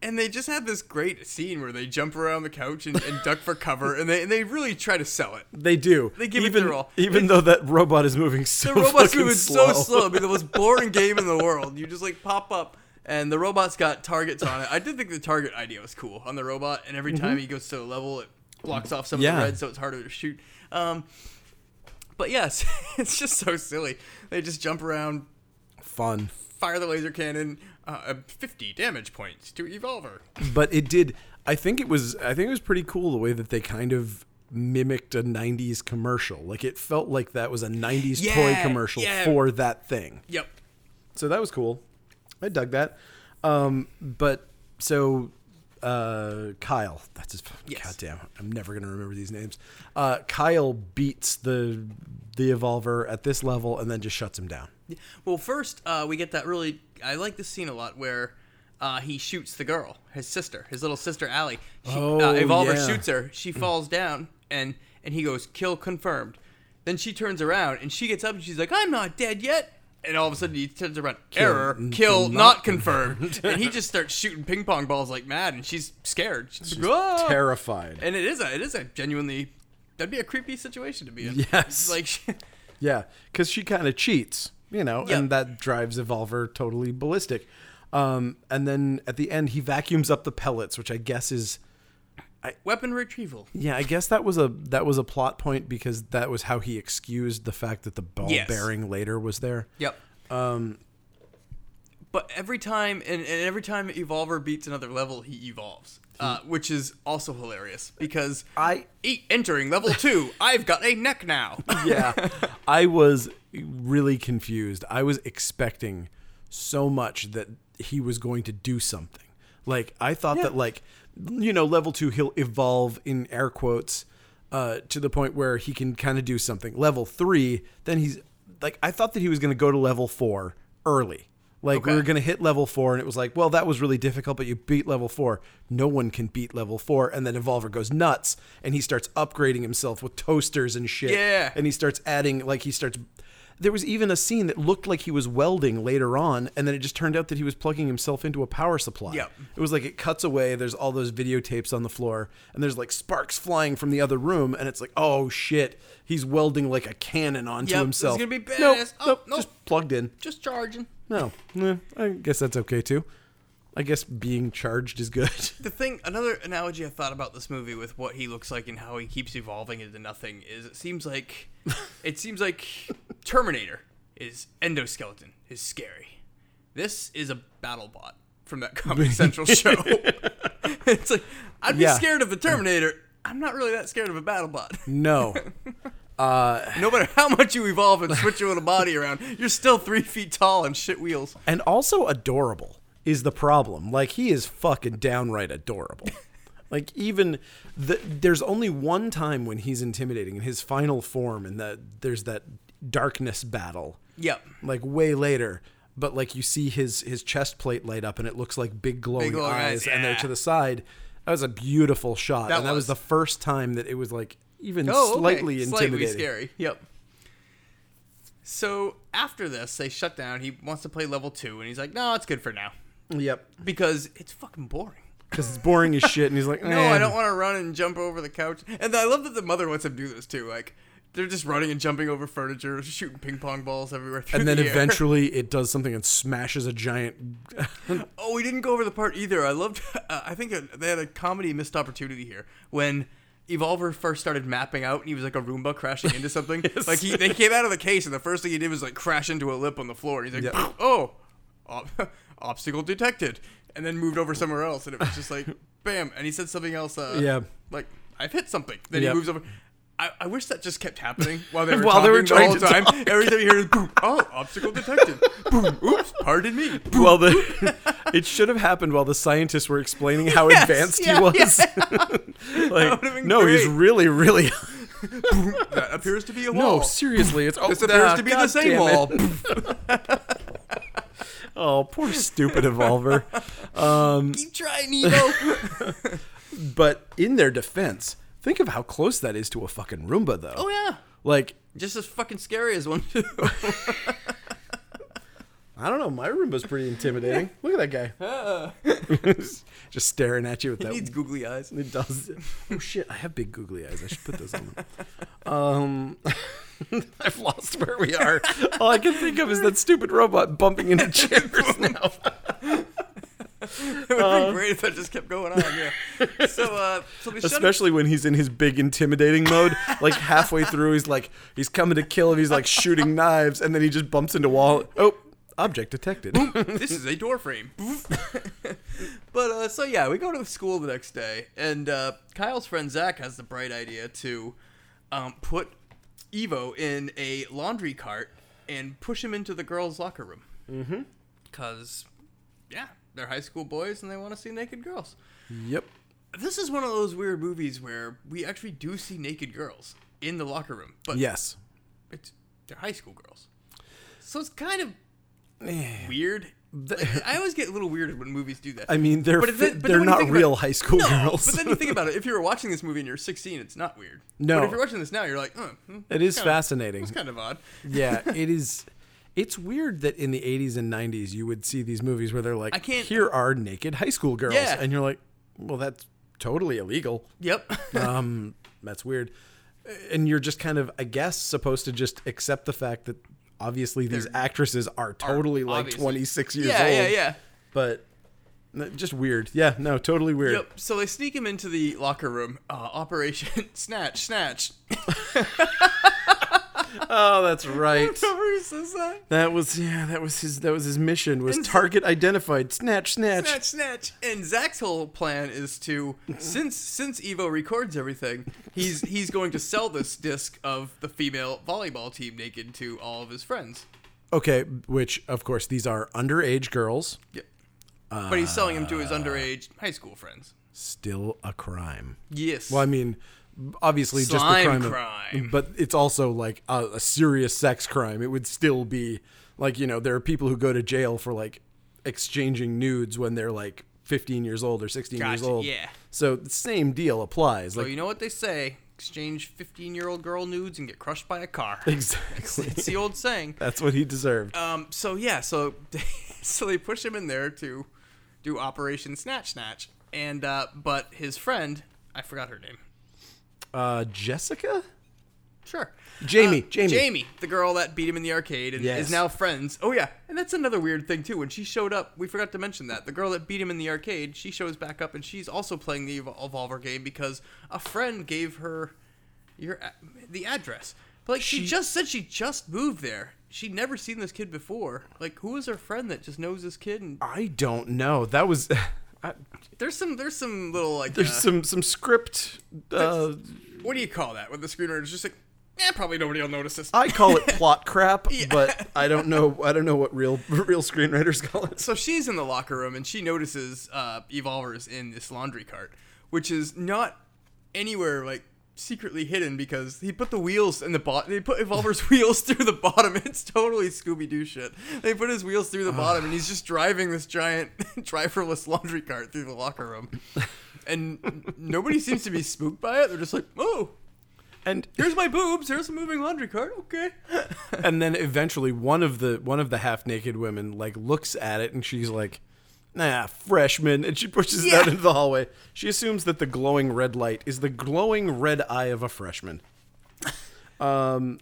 [SPEAKER 2] And they just have this great scene where they jump around the couch and, and duck for cover, and they, and they really try to sell it.
[SPEAKER 1] They do.
[SPEAKER 2] They give it
[SPEAKER 1] even
[SPEAKER 2] their all.
[SPEAKER 1] even though that robot is moving so
[SPEAKER 2] The robot's
[SPEAKER 1] fucking
[SPEAKER 2] moving
[SPEAKER 1] slow.
[SPEAKER 2] so slow. It'd be the
[SPEAKER 1] [LAUGHS]
[SPEAKER 2] most boring game in the world. You just like pop up, and the robot's got targets on it. I did think the target idea was cool on the robot, and every time he goes to a level, it blocks off some of
[SPEAKER 1] Mm-hmm. Yeah.
[SPEAKER 2] the red, so it's harder to shoot. Um, but yes, [LAUGHS] it's just so silly. They just jump around,
[SPEAKER 1] Fun,
[SPEAKER 2] fire the laser cannon, uh, uh, 50 damage points to Evolver.
[SPEAKER 1] but it did. I think it was. I think it was pretty cool the way that they kind of mimicked a 90s commercial like it felt like that was a 90s toy
[SPEAKER 2] Yeah,
[SPEAKER 1] commercial
[SPEAKER 2] yeah.
[SPEAKER 1] for that thing
[SPEAKER 2] Yep.
[SPEAKER 1] so that was cool. I dug that. Um, but so uh, Kyle, that's his
[SPEAKER 2] Yes.
[SPEAKER 1] goddamn. I'm never gonna remember these names. Uh, Kyle beats the the evolver at this level and then just shuts him down.
[SPEAKER 2] Well, first, uh, we get that really. I like this scene a lot where uh, he shoots the girl, his sister, his little sister Allie. She,
[SPEAKER 1] Oh,
[SPEAKER 2] uh, Evolver
[SPEAKER 1] yeah.
[SPEAKER 2] shoots her. She falls down, and and he goes kill confirmed. Then she turns around and she gets up and she's like, "I'm not dead yet." And all of a sudden he turns around, error,
[SPEAKER 1] n-
[SPEAKER 2] kill,
[SPEAKER 1] not
[SPEAKER 2] not confirmed. and [LAUGHS] he just starts shooting ping pong balls like mad, and she's scared. She's, like, "Ah!"
[SPEAKER 1] Terrified.
[SPEAKER 2] And it is a it is a genuinely that'd be a creepy situation to be in.
[SPEAKER 1] Yes.
[SPEAKER 2] like [LAUGHS]
[SPEAKER 1] Yeah, because she kind of cheats, you know,
[SPEAKER 2] Yeah.
[SPEAKER 1] and that drives Evolver totally ballistic. Um, and then at the end, he vacuums up the pellets, which I guess is I-
[SPEAKER 2] Weapon retrieval.
[SPEAKER 1] Yeah, I guess that was a that was a plot point because that was how he excused the fact that the ball
[SPEAKER 2] Yes.
[SPEAKER 1] bearing later was there.
[SPEAKER 2] Yep. Um. But every time, and, and every time Evolver beats another level, he evolves, uh, which is also hilarious because
[SPEAKER 1] I
[SPEAKER 2] e- entering level two, I've got a neck now.
[SPEAKER 1] yeah, I was really confused. I was expecting so much that he was going to do something. Like I thought that like you know level 2 he'll evolve in air quotes uh to the point where he can kind of do something. Level 3 then he's like I thought that he was going to go to level 4 early. Like we
[SPEAKER 2] Okay.
[SPEAKER 1] were going to hit level 4 and it was like, well that was really difficult but you beat level 4. No one can beat level 4 and then Evolver goes nuts and he starts upgrading himself with toasters and shit
[SPEAKER 2] Yeah.
[SPEAKER 1] and he starts adding like he starts there was even a scene that looked like he was welding later on and then it just turned out that he was plugging himself into a power supply
[SPEAKER 2] Yep.
[SPEAKER 1] it was like it cuts away there's all those videotapes on the floor and there's like sparks flying from the other room and it's like oh shit he's welding like a cannon onto
[SPEAKER 2] Yep, this is
[SPEAKER 1] himself
[SPEAKER 2] gonna be
[SPEAKER 1] Nope,
[SPEAKER 2] badass. Oh,
[SPEAKER 1] nope,
[SPEAKER 2] nope.
[SPEAKER 1] just plugged in
[SPEAKER 2] Just charging.
[SPEAKER 1] no [LAUGHS] Eh, i guess that's okay too i guess being charged is
[SPEAKER 2] [LAUGHS]
[SPEAKER 1] good
[SPEAKER 2] The thing, another analogy I thought about this movie with what he looks like and how he keeps evolving into nothing is it seems like, it seems like Terminator is endoskeleton is scary. This is a battle bot from that Comedy Central show. [LAUGHS] it's like I'd be
[SPEAKER 1] Yeah.
[SPEAKER 2] scared of the Terminator. I'm not really that scared of a battle bot.
[SPEAKER 1] no
[SPEAKER 2] No matter how much you evolve and switch your little body around, you're still three feet tall and shit wheels.
[SPEAKER 1] and also adorable is the problem. Like he is fucking downright
[SPEAKER 2] [LAUGHS]
[SPEAKER 1] adorable. like even the, there's only one time when he's intimidating in his final form, and that there's that darkness battle.
[SPEAKER 2] Yep.
[SPEAKER 1] Like way later, but like you see his his chest plate light up, and it looks like big glowing,
[SPEAKER 2] glowing
[SPEAKER 1] eyes,
[SPEAKER 2] eyes,
[SPEAKER 1] and they're
[SPEAKER 2] yeah.
[SPEAKER 1] to the side. That was a beautiful shot,
[SPEAKER 2] That
[SPEAKER 1] and that was
[SPEAKER 2] was.
[SPEAKER 1] the first time that it was like even
[SPEAKER 2] Oh, okay.
[SPEAKER 1] slightly intimidating.
[SPEAKER 2] Slightly scary. Yep. So after this, they shut down. He wants to play level two, and he's like, "No, it's good for now
[SPEAKER 1] Yep,
[SPEAKER 2] because it's fucking boring."
[SPEAKER 1] because it's boring as shit, and he's like,
[SPEAKER 2] [LAUGHS] No, I don't want to run and jump over the couch. And I love that the mother wants him to do this too. Like they're just running and jumping over furniture, shooting ping pong balls everywhere. through
[SPEAKER 1] and [LAUGHS] then
[SPEAKER 2] the air.
[SPEAKER 1] eventually it does something and smashes a giant.
[SPEAKER 2] Oh, we didn't go over the part either. I loved. [LAUGHS] Uh, I think they had a comedy missed opportunity here when Evolver first started mapping out, and he was like a Roomba crashing
[SPEAKER 1] [LAUGHS]
[SPEAKER 2] into something. Like he, they came out of the case, and the first thing he did was like crash into a lip on the floor. And he's like,
[SPEAKER 1] Yep.
[SPEAKER 2] [LAUGHS] "Oh, ob- [LAUGHS] obstacle detected," and then moved over somewhere else, and it was just like,
[SPEAKER 1] [LAUGHS]
[SPEAKER 2] "Bam!" And he said something else. Uh,
[SPEAKER 1] Yeah.
[SPEAKER 2] Like I've hit something. Then
[SPEAKER 1] Yep.
[SPEAKER 2] he moves over. I, I wish that just kept happening
[SPEAKER 1] [LAUGHS]
[SPEAKER 2] while they were
[SPEAKER 1] While
[SPEAKER 2] while
[SPEAKER 1] they
[SPEAKER 2] they
[SPEAKER 1] were
[SPEAKER 2] the whole
[SPEAKER 1] trying to
[SPEAKER 2] time. Every time you hear, it, boom, oh, obstacle
[SPEAKER 1] [LAUGHS]
[SPEAKER 2] detected. boom, oops, pardon me.
[SPEAKER 1] [LAUGHS] well, [LAUGHS] the, it should have happened while the scientists were explaining how
[SPEAKER 2] Yes,
[SPEAKER 1] advanced he
[SPEAKER 2] yeah,
[SPEAKER 1] was. [LAUGHS] like,
[SPEAKER 2] That would've been
[SPEAKER 1] no, he's
[SPEAKER 2] great.
[SPEAKER 1] really, really.
[SPEAKER 2] That appears to be a wall.
[SPEAKER 1] No, seriously, [LAUGHS] it's oh,
[SPEAKER 2] This appears
[SPEAKER 1] ah,
[SPEAKER 2] to be
[SPEAKER 1] God
[SPEAKER 2] the same
[SPEAKER 1] damn it.
[SPEAKER 2] wall.
[SPEAKER 1] [LAUGHS] Oh, poor [LAUGHS] stupid evolver.
[SPEAKER 2] [LAUGHS] Keep trying, Evo. [LAUGHS]
[SPEAKER 1] but in their defense, think of how close that is to a fucking Roomba, though.
[SPEAKER 2] oh yeah,
[SPEAKER 1] Like,
[SPEAKER 2] just as fucking scary as one. [LAUGHS]
[SPEAKER 1] I don't know, my Roomba's pretty
[SPEAKER 2] [LAUGHS]
[SPEAKER 1] intimidating. Look at that [LAUGHS] guy, just staring at you with that
[SPEAKER 2] Needs googly eyes. [LAUGHS]
[SPEAKER 1] It does. [LAUGHS] Oh shit! I have big googly eyes. I should put those [LAUGHS] on. Um, [LAUGHS] I've lost where we are. [LAUGHS] All I can think of is that stupid robot bumping [LAUGHS] into chairs [LAUGHS] now.
[SPEAKER 2] It would
[SPEAKER 1] Uh.
[SPEAKER 2] be great if that just kept going on. Yeah. So, uh,
[SPEAKER 1] [LAUGHS]
[SPEAKER 2] so they shut.
[SPEAKER 1] Especially when he's in his big intimidating mode. Like halfway through, he's like he's coming to kill him. He's like shooting knives, and then he just bumps into wall. Oh, object detected.
[SPEAKER 2] this is a door frame. [LAUGHS] but uh, so yeah, we go to school the next day, and uh, Kyle's friend Zach has the bright idea to um, put Evo in a laundry cart and push him into the girls' locker room. Mm-hmm. Cause yeah, they're high school boys and they want to see naked girls.
[SPEAKER 1] yep.
[SPEAKER 2] This is one of those weird movies where we actually do see naked girls in the locker room, but
[SPEAKER 1] Yes.
[SPEAKER 2] it's they're high school girls. So it's kind of weird.
[SPEAKER 1] The- [LAUGHS]
[SPEAKER 2] Like, I always get a little weirded when movies do that.
[SPEAKER 1] I mean, they're
[SPEAKER 2] But if it- but
[SPEAKER 1] they're
[SPEAKER 2] when you
[SPEAKER 1] not
[SPEAKER 2] think about-
[SPEAKER 1] real high school
[SPEAKER 2] [LAUGHS] No,
[SPEAKER 1] girls.
[SPEAKER 2] But then you think about it. If you were watching this movie and you're 16, it's not weird.
[SPEAKER 1] No.
[SPEAKER 2] But if you're watching this now, you're like, oh, hmm,
[SPEAKER 1] [LAUGHS] it is
[SPEAKER 2] kinda-
[SPEAKER 1] fascinating.
[SPEAKER 2] It's kind of odd. [LAUGHS]
[SPEAKER 1] yeah, it is. It's weird that in the 80s and 90s you would see these movies where they're like,
[SPEAKER 2] I can't-
[SPEAKER 1] here are naked high school girls.
[SPEAKER 2] Yeah.
[SPEAKER 1] And you're like, well, that's totally illegal.
[SPEAKER 2] Yep. [LAUGHS]
[SPEAKER 1] Um, that's weird. And you're just kind of, I guess, supposed to just accept the fact that obviously these actresses are totally like
[SPEAKER 2] obviously.
[SPEAKER 1] 26 years
[SPEAKER 2] yeah,
[SPEAKER 1] old.
[SPEAKER 2] yeah, yeah.
[SPEAKER 1] But Just weird. Yeah, no, totally weird.
[SPEAKER 2] Yep. So they sneak him into the locker room. Uh, Operation [LAUGHS] Snatch, Snatch.
[SPEAKER 1] Oh, that's
[SPEAKER 2] [LAUGHS]
[SPEAKER 1] right.
[SPEAKER 2] Remember he says that?
[SPEAKER 1] That was yeah, that was his that was his mission was target identified. Snatch, snatch.
[SPEAKER 2] Snatch, snatch. And Zach's whole plan is to since since Evo records everything, he's he's going to sell this disc of the female volleyball team naked to all of his friends.
[SPEAKER 1] Okay, which of course these are underage girls.
[SPEAKER 2] Yep. but he's selling him to
[SPEAKER 1] Uh.
[SPEAKER 2] his underage high school friends.
[SPEAKER 1] Still a crime.
[SPEAKER 2] Yes.
[SPEAKER 1] Well, I mean, obviously
[SPEAKER 2] Slime
[SPEAKER 1] just the crime,
[SPEAKER 2] crime.
[SPEAKER 1] Of, but it's also like a, a serious sex crime. It would still be like you know there are people who go to jail for like exchanging nudes when they're like 15 years old or 16 years
[SPEAKER 2] Gotcha,
[SPEAKER 1] old.
[SPEAKER 2] yeah. Oh,
[SPEAKER 1] So the same deal applies. Like
[SPEAKER 2] so you know what they say: exchange fifteen-year-old girl nudes and get crushed by a car.
[SPEAKER 1] [LAUGHS] exactly.
[SPEAKER 2] It's the old saying.
[SPEAKER 1] That's what he deserved.
[SPEAKER 2] Um, so yeah, so [LAUGHS] so they push him in there to do Operation Snatch Snatch, and uh, but his friend, I forgot her name.
[SPEAKER 1] Uh, Jessica.
[SPEAKER 2] Sure,
[SPEAKER 1] Jamie,
[SPEAKER 2] Uh,
[SPEAKER 1] Jamie.
[SPEAKER 2] Jamie, the girl that beat him in the arcade and
[SPEAKER 1] Yes.
[SPEAKER 2] is now friends. Oh yeah, and that's another weird thing too. When she showed up, we forgot to mention that the girl that beat him in the arcade, she shows back up and she's also playing the Evol- Evolver game because a friend gave her your a- the address. But like she,
[SPEAKER 1] She-
[SPEAKER 2] just said she just moved there. She'd never seen this kid before. Like who is her friend that just knows this kid and
[SPEAKER 1] I don't know. That was [LAUGHS] I,
[SPEAKER 2] There's some there's some little like
[SPEAKER 1] there's
[SPEAKER 2] uh,
[SPEAKER 1] some some script. Uh,
[SPEAKER 2] what do you call that when the screenwriter's just like eh probably nobody will notice this.
[SPEAKER 1] I
[SPEAKER 2] [LAUGHS]
[SPEAKER 1] call it plot crap, but I don't know. I don't know what real [LAUGHS] real screenwriters call it.
[SPEAKER 2] so she's in the locker room and she notices uh, Evolver's in this laundry cart, which is not anywhere like secretly hidden because he put the wheels in the bottom. They put Evolver's [LAUGHS] wheels through the bottom. [LAUGHS] It's totally Scooby Doo shit. They put his wheels through the bottom and he's just driving this giant [LAUGHS] driverless laundry cart through the locker room, and nobody seems to be spooked by it. They're just like, oh.
[SPEAKER 1] And
[SPEAKER 2] Here's my boobs. Here's a moving laundry cart. Okay. [LAUGHS]
[SPEAKER 1] and then eventually one of the one of the half naked women like looks at it and she's like, "Nah, freshman," and she pushes it out
[SPEAKER 2] Yeah.
[SPEAKER 1] into the hallway. She assumes that the glowing red light is the glowing red eye of a freshman.
[SPEAKER 2] Or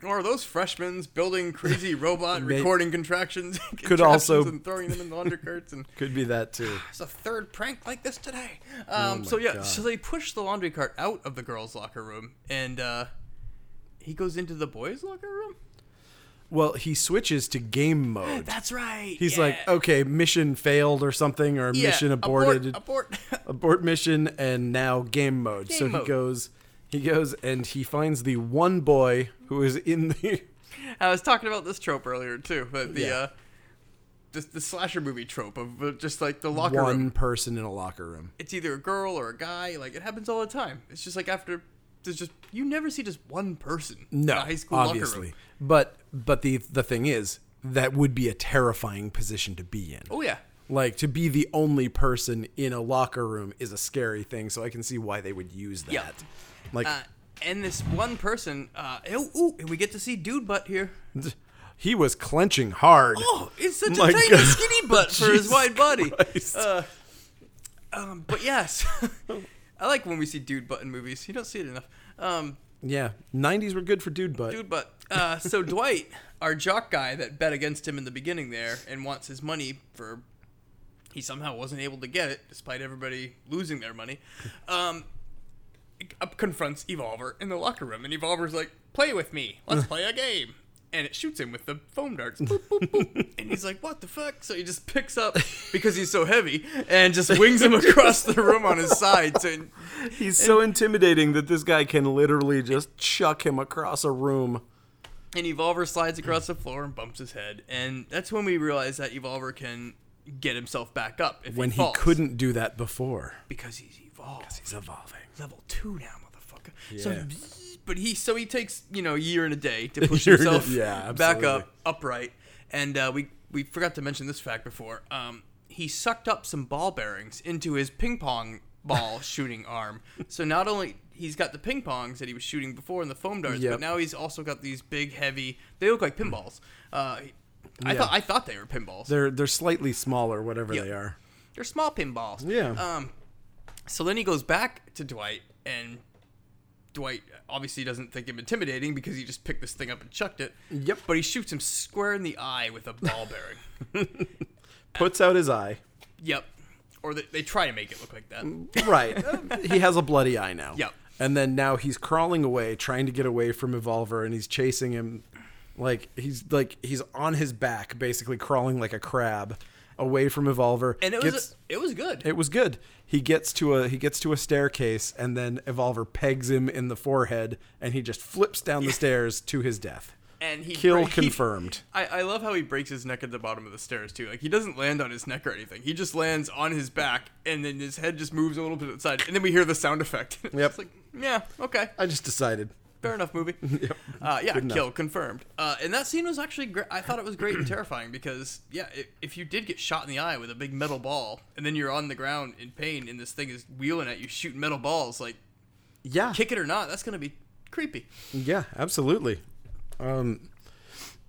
[SPEAKER 2] are those freshmen
[SPEAKER 1] [LAUGHS]
[SPEAKER 2] building crazy robot
[SPEAKER 1] May-
[SPEAKER 2] recording contractions?
[SPEAKER 1] Could also-
[SPEAKER 2] contraptions and throwing them in laundry carts and
[SPEAKER 1] Could be that too.
[SPEAKER 2] [LAUGHS] it's a third prank like this today. Um,
[SPEAKER 1] Oh my
[SPEAKER 2] so yeah,
[SPEAKER 1] God.
[SPEAKER 2] so they push the laundry cart out of the girls' locker room and uh, he goes into the boys' locker room.
[SPEAKER 1] Well, he switches to game mode.
[SPEAKER 2] That's right.
[SPEAKER 1] He's
[SPEAKER 2] yeah.
[SPEAKER 1] like, "Okay, mission failed or something, or
[SPEAKER 2] Yeah,
[SPEAKER 1] mission aborted."
[SPEAKER 2] Abort. [LAUGHS] abort.
[SPEAKER 1] abort mission and now game mode. so
[SPEAKER 2] Game mode.
[SPEAKER 1] he goes he goes and he finds the one boy who is in the
[SPEAKER 2] I was talking about this trope earlier too, but the
[SPEAKER 1] Yeah.
[SPEAKER 2] uh, the, the slasher movie trope of uh, just like the locker room.
[SPEAKER 1] one person in a locker room.
[SPEAKER 2] it's either a girl or a guy. Like it happens all the time. It's just like after there's just you never see just one person. in
[SPEAKER 1] No,
[SPEAKER 2] a high school locker
[SPEAKER 1] obviously.
[SPEAKER 2] room.
[SPEAKER 1] But but the the thing is that would be a terrifying position to be in.
[SPEAKER 2] Oh yeah,
[SPEAKER 1] Like to be the only person in a locker room is a scary thing, so I can see why they would use that.
[SPEAKER 2] Yeah.
[SPEAKER 1] Like
[SPEAKER 2] uh, and this one person. Uh, oh, ooh, and we get to see dude butt here.
[SPEAKER 1] he was clenching hard. [LAUGHS]
[SPEAKER 2] Oh, it's such
[SPEAKER 1] My
[SPEAKER 2] a tiny
[SPEAKER 1] God.
[SPEAKER 2] skinny butt for
[SPEAKER 1] [LAUGHS]
[SPEAKER 2] his
[SPEAKER 1] Jesus
[SPEAKER 2] wide body.
[SPEAKER 1] Christ.
[SPEAKER 2] Uh, um, but yes, [LAUGHS] I like when we see dude butt in movies. You don't see it enough. Um,
[SPEAKER 1] Yeah. 90s were good for dude butt.
[SPEAKER 2] dude butt. Uh, so Dwight, our jock guy that bet against him in the beginning there and wants his money for, he somehow wasn't able to get it despite everybody losing their money. Um, up confronts Evolver in the locker room, and Evolver's like, "Play with me. Let's play a game." And it shoots him with the foam darts. Boop, boop, boop. And he's like, "What the fuck?" So he just picks up because he's so heavy and just wings him across the room on his side. So
[SPEAKER 1] He's so intimidating that this guy can literally just chuck him across a room.
[SPEAKER 2] And Evolver slides across the floor and bumps his head. And that's when we realize that Evolver can get himself back up if
[SPEAKER 1] when
[SPEAKER 2] he,
[SPEAKER 1] he
[SPEAKER 2] falls.
[SPEAKER 1] couldn't do that before.
[SPEAKER 2] because he's evolved.
[SPEAKER 1] He's evolving.
[SPEAKER 2] level two now, motherfucker. So,
[SPEAKER 1] Yeah.
[SPEAKER 2] but he so he takes you know a year and a day
[SPEAKER 1] [LAUGHS]
[SPEAKER 2] to push
[SPEAKER 1] Year and a-
[SPEAKER 2] himself
[SPEAKER 1] yeah,
[SPEAKER 2] back
[SPEAKER 1] absolutely.
[SPEAKER 2] up upright. And uh, we we forgot to mention this fact before. Um, he sucked up some ball bearings into his ping pong
[SPEAKER 1] [LAUGHS]
[SPEAKER 2] ball shooting arm. So not only he's got the ping pongs that he was shooting before and the foam darts, but
[SPEAKER 1] Yep.
[SPEAKER 2] now he's also got these big heavy. They look like pinballs. Uh, I
[SPEAKER 1] Yeah.
[SPEAKER 2] thought I thought they were pinballs.
[SPEAKER 1] They're they're slightly smaller, whatever
[SPEAKER 2] Yeah.
[SPEAKER 1] they are.
[SPEAKER 2] They're small pinballs.
[SPEAKER 1] Yeah.
[SPEAKER 2] Um, so then he goes back to Dwight, and Dwight obviously doesn't think him intimidating because he just picked this thing up and chucked it.
[SPEAKER 1] Yep.
[SPEAKER 2] But he shoots
[SPEAKER 1] [LAUGHS]
[SPEAKER 2] him square in the eye with a ball bearing.
[SPEAKER 1] Puts out his eye.
[SPEAKER 2] yep. or they, they try to make it look like that.
[SPEAKER 1] right. [LAUGHS] Uh, he has a bloody eye now.
[SPEAKER 2] Yep.
[SPEAKER 1] And then now he's crawling away, trying to get away from Evolver, and he's chasing him. Like he's like he's on his back, basically crawling like a crab away from Evolver.
[SPEAKER 2] And it was
[SPEAKER 1] Gets-
[SPEAKER 2] it was good.
[SPEAKER 1] it was good. He gets to a he gets to a staircase, and then Evolver pegs him in the forehead, and he just flips down the stairs to his death.
[SPEAKER 2] and he
[SPEAKER 1] Kill
[SPEAKER 2] break- he-
[SPEAKER 1] confirmed.
[SPEAKER 2] I, I love how he breaks his neck at the bottom of the stairs too. Like he doesn't land on his neck or anything. He just lands on his back, and then his head just moves a little bit to the side, and then we hear the sound effect. [LAUGHS] It's
[SPEAKER 1] Yep.
[SPEAKER 2] like yeah, okay,
[SPEAKER 1] I just decided.
[SPEAKER 2] fair enough,
[SPEAKER 1] [LAUGHS]
[SPEAKER 2] movie. Uh, yeah,
[SPEAKER 1] Good enough.
[SPEAKER 2] kill confirmed. Uh, and that scene was actually great. I thought it was great and terrifying because yeah, i if you did get shot in the eye with a big metal ball, and then you're on the ground in pain, and this thing is wheeling at you, shooting metal balls, like
[SPEAKER 1] Yeah.
[SPEAKER 2] kick it or not, that's gonna be creepy.
[SPEAKER 1] Yeah, absolutely. Um,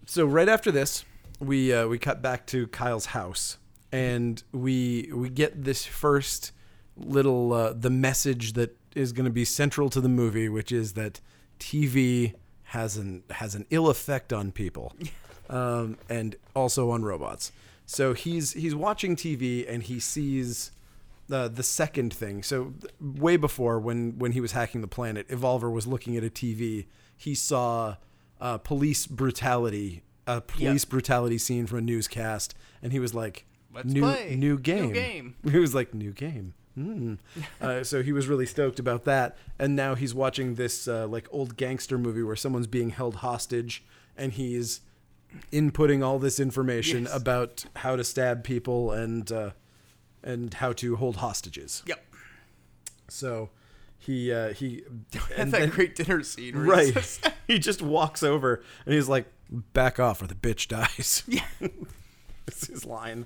[SPEAKER 1] so right after this, we uh, we cut back to Kyle's house, and we we get this first little uh, the message that is going to be central to the movie, which is that TV has an has an ill effect on people, um, and also on robots. So he's he's watching TV and he sees the the second thing. So th- way before when when he was hacking the planet, Evolver was looking at a TV. He saw uh, police brutality, a police brutality scene from a newscast, and he was like,
[SPEAKER 2] Let's
[SPEAKER 1] "New
[SPEAKER 2] play.
[SPEAKER 1] new
[SPEAKER 2] New
[SPEAKER 1] game,
[SPEAKER 2] game.
[SPEAKER 1] [LAUGHS] He was like, "New game."
[SPEAKER 2] [LAUGHS]
[SPEAKER 1] Mm. Uh, so he was really stoked about that, and now he's watching this uh, like old gangster movie where someone's being held hostage, and he's inputting all this information
[SPEAKER 2] Yes.
[SPEAKER 1] about how to stab people and uh, and how to hold hostages.
[SPEAKER 2] Yep.
[SPEAKER 1] So he uh, he
[SPEAKER 2] [LAUGHS] That's
[SPEAKER 1] and
[SPEAKER 2] that
[SPEAKER 1] then-
[SPEAKER 2] great dinner scene. Where it's
[SPEAKER 1] [LAUGHS]
[SPEAKER 2] just-
[SPEAKER 1] right. he just walks over and he's like, "Back off, or the bitch dies." [LAUGHS]
[SPEAKER 2] [LAUGHS] Yeah.
[SPEAKER 1] That's his line.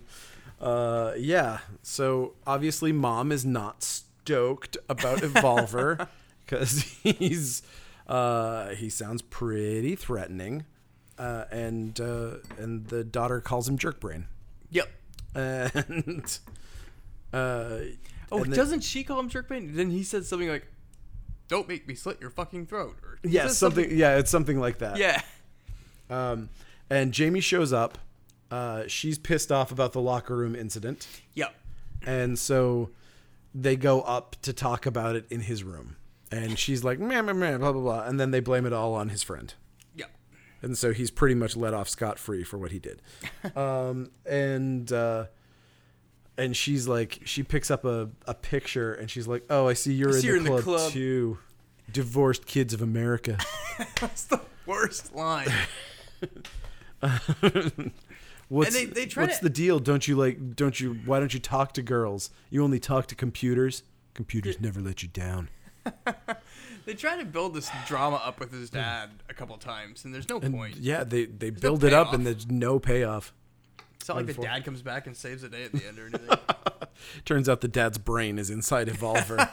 [SPEAKER 1] Uh, yeah. So obviously, mom is not stoked
[SPEAKER 2] [LAUGHS]
[SPEAKER 1] about Evolver because he's uh, he sounds pretty threatening, uh, and uh, and the daughter calls him jerkbrain,
[SPEAKER 2] Yep.
[SPEAKER 1] and [LAUGHS] uh,
[SPEAKER 2] Oh,
[SPEAKER 1] and then-
[SPEAKER 2] doesn't she call him jerkbait? Then he says something like, "Don't make me slit your fucking throat." Or he
[SPEAKER 1] yeah,
[SPEAKER 2] says
[SPEAKER 1] something, yeah, it's something like that.
[SPEAKER 2] Yeah.
[SPEAKER 1] Um, and Jamie shows up. Uh, she's pissed off about the locker room incident.
[SPEAKER 2] Yep.
[SPEAKER 1] And so they go up to talk about it in his room. And she's like, meh, meh, meh, blah, blah, blah. And then they blame it all on his friend.
[SPEAKER 2] Yep. [LAUGHS]
[SPEAKER 1] And so he's pretty much let off scot free for what he did. um, and uh, and she's like, she picks up a, a picture and she's like, oh, I see you're, in,
[SPEAKER 2] see
[SPEAKER 1] the
[SPEAKER 2] you're in the
[SPEAKER 1] club
[SPEAKER 2] club."
[SPEAKER 1] too. Divorced Kids of
[SPEAKER 2] [LAUGHS]
[SPEAKER 1] America.
[SPEAKER 2] That's the worst line.
[SPEAKER 1] What's,
[SPEAKER 2] And they- they try
[SPEAKER 1] what's
[SPEAKER 2] to-
[SPEAKER 1] the deal? Don't you like? Don't you? Why don't you talk to girls? You only talk to computers. Computers never let you down.
[SPEAKER 2] they try to build this drama up with
[SPEAKER 1] Hmm.
[SPEAKER 2] his dad a couple times, and there's no point.
[SPEAKER 1] Yeah, they they
[SPEAKER 2] no
[SPEAKER 1] build it up
[SPEAKER 2] payoff.
[SPEAKER 1] and there's no payoff.
[SPEAKER 2] It's not like the
[SPEAKER 1] Unfor-
[SPEAKER 2] dad comes back and saves the day at
[SPEAKER 1] [LAUGHS]
[SPEAKER 2] the end or anything.
[SPEAKER 1] Turns out the dad's brain is inside [LAUGHS] Evolver.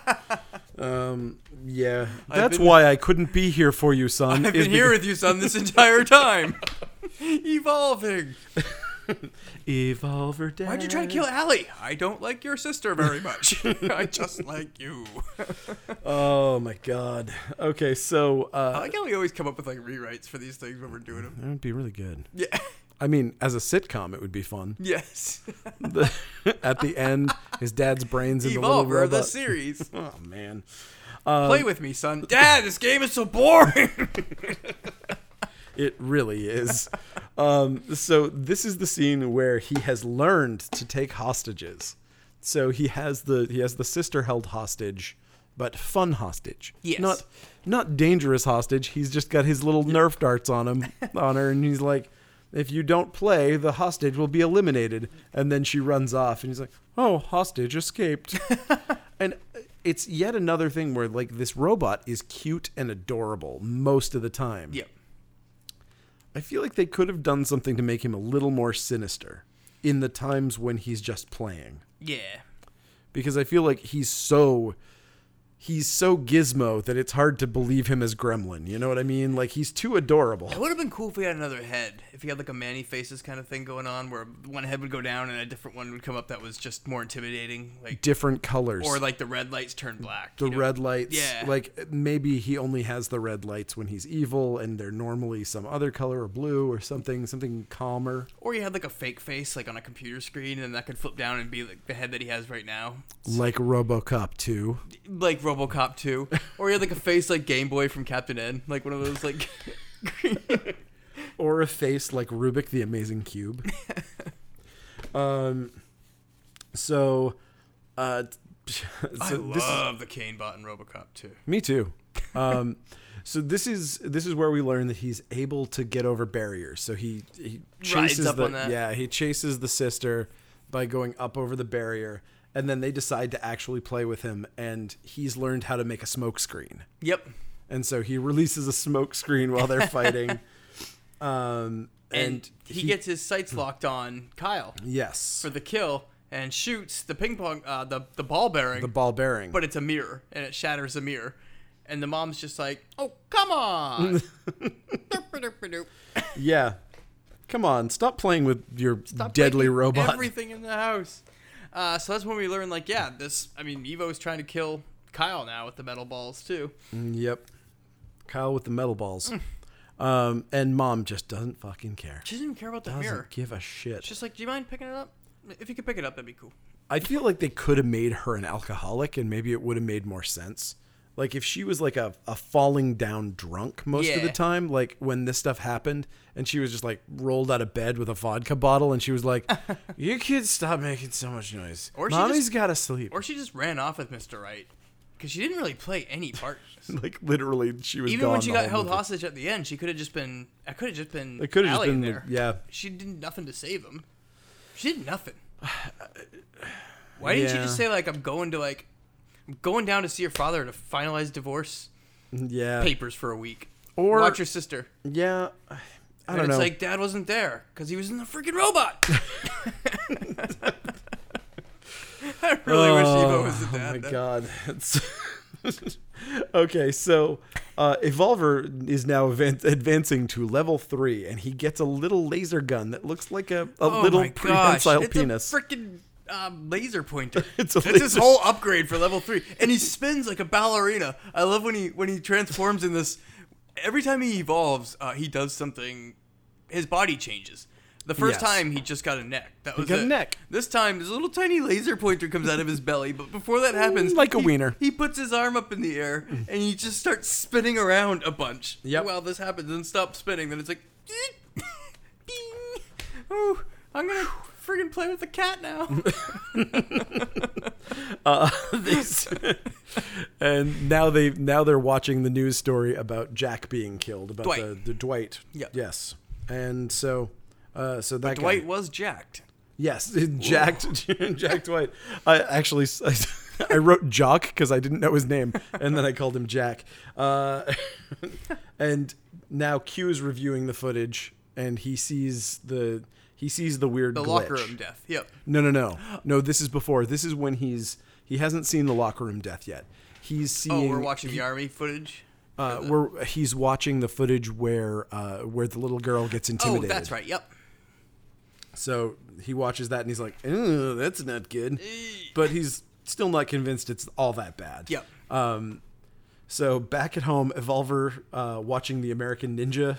[SPEAKER 1] um, yeah, that's
[SPEAKER 2] been-
[SPEAKER 1] why I couldn't be here for you, son.
[SPEAKER 2] I've
[SPEAKER 1] is
[SPEAKER 2] been here with you, son, this entire time.
[SPEAKER 1] [LAUGHS]
[SPEAKER 2] Evolving.
[SPEAKER 1] because- Evolver dad.
[SPEAKER 2] Why'd you try to kill Allie? I don't like your
[SPEAKER 1] [LAUGHS]
[SPEAKER 2] sister very much. [LAUGHS] I just like you.
[SPEAKER 1] Oh my god. Okay, so
[SPEAKER 2] I
[SPEAKER 1] uh,
[SPEAKER 2] like how we always come up with like rewrites for these things when we're doing them.
[SPEAKER 1] that would be really good.
[SPEAKER 2] Yeah. [LAUGHS]
[SPEAKER 1] I mean, as a sitcom, it would be [LAUGHS] fun.
[SPEAKER 2] Yes.
[SPEAKER 1] The- at the end, his dad's brains in the little
[SPEAKER 2] Evolver,
[SPEAKER 1] robot. Um, [LAUGHS]
[SPEAKER 2] the series.
[SPEAKER 1] Oh man.
[SPEAKER 2] Play with me, son. Dad, this game is so boring.
[SPEAKER 1] [LAUGHS] It really is. um, so this is the scene where he has learned to take hostages. So he has the he has the sister held hostage, but fun hostage.
[SPEAKER 2] Yes.
[SPEAKER 1] Not not dangerous hostage. He's just got his little Nerf darts on him on her, and he's like, "If you don't play, the hostage will be eliminated." And then she runs off, and he's like, "Oh, hostage escaped." and it's yet another thing where like this robot is cute and adorable most of the time.
[SPEAKER 2] yep.
[SPEAKER 1] I feel like they could have done something to make him a little more sinister in the times when he's just playing.
[SPEAKER 2] Yeah.
[SPEAKER 1] Because I feel like he's so he's so gizmo that it's hard to believe him as Gremlin. You know what I mean? Like he's too adorable.
[SPEAKER 2] It would have been cool if he had another head. If he had like a Manny Faces kind of thing going on, where one head would go down and a different one would come up that was just more intimidating, like
[SPEAKER 1] Different colors.
[SPEAKER 2] or like the red lights turn black.
[SPEAKER 1] the
[SPEAKER 2] you know?
[SPEAKER 1] red lights.
[SPEAKER 2] Yeah.
[SPEAKER 1] Like maybe he only has the red lights when he's evil and they're normally some other color or blue or something, something calmer.
[SPEAKER 2] Or you had like a fake face, like on a computer screen, and that could flip down and be like the head that he has right now,
[SPEAKER 1] Like RoboCop 2.
[SPEAKER 2] like RoboCop 2. Or you had like a face like Game Boy from Captain N, like one of those like.
[SPEAKER 1] or a face like Rubik the Amazing Cube.
[SPEAKER 2] [LAUGHS]
[SPEAKER 1] um, so, uh, [LAUGHS] so
[SPEAKER 2] [LAUGHS] I
[SPEAKER 1] this is,
[SPEAKER 2] love the Kane bot in RoboCop 2.
[SPEAKER 1] me too. Um, so this is this is where we learn that he's able to get over barriers. So he he chases
[SPEAKER 2] up
[SPEAKER 1] the
[SPEAKER 2] on that.
[SPEAKER 1] yeah he chases the sister by going up over the barrier, and then they decide to actually play with him, and he's learned how to make a smoke screen
[SPEAKER 2] Yep.
[SPEAKER 1] and so he releases a smoke screen while they're
[SPEAKER 2] [LAUGHS]
[SPEAKER 1] fighting. um,
[SPEAKER 2] And,
[SPEAKER 1] and,
[SPEAKER 2] he, Hmm. gets his sights locked on Kyle
[SPEAKER 1] yes
[SPEAKER 2] for the kill and shoots the ping pong, uh, the, the ball bearing,
[SPEAKER 1] the ball bearing.
[SPEAKER 2] but it's a mirror and it shatters a mirror. And the mom's just like, oh,
[SPEAKER 1] [LAUGHS]
[SPEAKER 2] come on. Derp-a-derp-a-derp.
[SPEAKER 1] yeah, come on, stop playing with your
[SPEAKER 2] Stop
[SPEAKER 1] deadly
[SPEAKER 2] breaking
[SPEAKER 1] robot.
[SPEAKER 2] Everything in the house. Uh, so that's when we learn, like, yeah, this. I mean, Evo's trying to kill Kyle now with the metal balls too.
[SPEAKER 1] [LAUGHS] Yep, Kyle with the metal balls.
[SPEAKER 2] Mm.
[SPEAKER 1] Um, and mom just doesn't fucking care.
[SPEAKER 2] She doesn't even care about the
[SPEAKER 1] Doesn't
[SPEAKER 2] mirror.
[SPEAKER 1] give a shit.
[SPEAKER 2] She's just like, do you mind picking it up? If you could pick it up, that'd be cool.
[SPEAKER 1] I feel like they could have made her an alcoholic, and maybe it would have made more sense. Like if she was like a, a falling down drunk most of the
[SPEAKER 2] Yeah.
[SPEAKER 1] time, like when this stuff happened, and she was just like rolled out of bed with a vodka bottle, and she was
[SPEAKER 2] [LAUGHS]
[SPEAKER 1] like, "You kids stop making so much noise.
[SPEAKER 2] Or she
[SPEAKER 1] Mommy's
[SPEAKER 2] just-
[SPEAKER 1] gotta sleep."
[SPEAKER 2] Or she just ran off with Mister Right because she didn't really play any
[SPEAKER 1] [LAUGHS]
[SPEAKER 2] part.
[SPEAKER 1] like literally, she was
[SPEAKER 2] Even when
[SPEAKER 1] gone
[SPEAKER 2] she
[SPEAKER 1] the
[SPEAKER 2] got
[SPEAKER 1] whole
[SPEAKER 2] held
[SPEAKER 1] movie.
[SPEAKER 2] hostage at the end, she could have just been. I could have just been.
[SPEAKER 1] It could have just
[SPEAKER 2] Allie
[SPEAKER 1] been
[SPEAKER 2] there.
[SPEAKER 1] the- yeah.
[SPEAKER 2] She did nothing to save him. She did
[SPEAKER 1] [SIGHS]
[SPEAKER 2] nothing. Why didn't she
[SPEAKER 1] Yeah.
[SPEAKER 2] just say like, I'm going to like, I'm going down to see her father to finalize divorce?
[SPEAKER 1] Yeah,
[SPEAKER 2] papers for a week.
[SPEAKER 1] Or-
[SPEAKER 2] watch your sister.
[SPEAKER 1] yeah. I
[SPEAKER 2] And
[SPEAKER 1] don't
[SPEAKER 2] it's
[SPEAKER 1] know.
[SPEAKER 2] like dad wasn't there because he was in the
[SPEAKER 1] [LAUGHS]
[SPEAKER 2] freaking robot. [LAUGHS] I really wish Evo was the
[SPEAKER 1] Oh
[SPEAKER 2] dad.
[SPEAKER 1] my
[SPEAKER 2] then.
[SPEAKER 1] god. It's- [LAUGHS] okay, so uh, Evolver is now advan- advancing to level three, and he gets a little laser gun that looks like a, a
[SPEAKER 2] Oh
[SPEAKER 1] [LAUGHS] little
[SPEAKER 2] my gosh,
[SPEAKER 1] prehensile
[SPEAKER 2] it's
[SPEAKER 1] penis.
[SPEAKER 2] A freaking um, laser pointer.
[SPEAKER 1] [LAUGHS] It's a
[SPEAKER 2] That's his
[SPEAKER 1] laser-
[SPEAKER 2] whole upgrade for level three, and he spins like a ballerina. I love when he when he transforms in this. Every time he evolves, uh, he does something. His body changes. The first
[SPEAKER 1] Yes.
[SPEAKER 2] time he just got a neck. That was
[SPEAKER 1] got a
[SPEAKER 2] it.
[SPEAKER 1] neck.
[SPEAKER 2] This time, this little tiny laser pointer comes out of his belly. But before that happens,
[SPEAKER 1] Mm, Like a
[SPEAKER 2] he-
[SPEAKER 1] wiener.
[SPEAKER 2] He puts his arm up in the air and he just starts spinning around a bunch.
[SPEAKER 1] Yep.
[SPEAKER 2] While this happens and stops spinning, then it's like, [LAUGHS] bing. Oh, I'm gonna friggin' play with the cat now.
[SPEAKER 1] [LAUGHS] Uh, [LAUGHS]
[SPEAKER 2] [LAUGHS]
[SPEAKER 1] these- and now they now they're watching the news story about Jack being killed, about
[SPEAKER 2] Dwight.
[SPEAKER 1] the the Dwight.
[SPEAKER 2] Yep.
[SPEAKER 1] Yes, and so. Uh, so that guy-
[SPEAKER 2] Dwight was jacked.
[SPEAKER 1] Yes, [LAUGHS] Jack [LAUGHS] Jack Dwight. I actually I, [LAUGHS] wrote Jock because I didn't know his name, and then I called him Jack. Uh, [LAUGHS] and now Q is reviewing the footage, and he sees the he sees the weird
[SPEAKER 2] The
[SPEAKER 1] glitch.
[SPEAKER 2] locker room death. Yep.
[SPEAKER 1] No, no, no, no. This is before. This is when he's he hasn't seen the locker room death yet. He's
[SPEAKER 2] Oh,
[SPEAKER 1] seeing.
[SPEAKER 2] we're watching the army footage.
[SPEAKER 1] Uh, we're he's watching the footage where uh, where the little girl gets
[SPEAKER 2] Oh,
[SPEAKER 1] intimidated.
[SPEAKER 2] that's right. Yep.
[SPEAKER 1] So he watches that and he's like, "Ew, that's not good." But he's still not convinced it's all that bad.
[SPEAKER 2] Yep.
[SPEAKER 1] Um, so back at home, Evolver uh, watching the American Ninja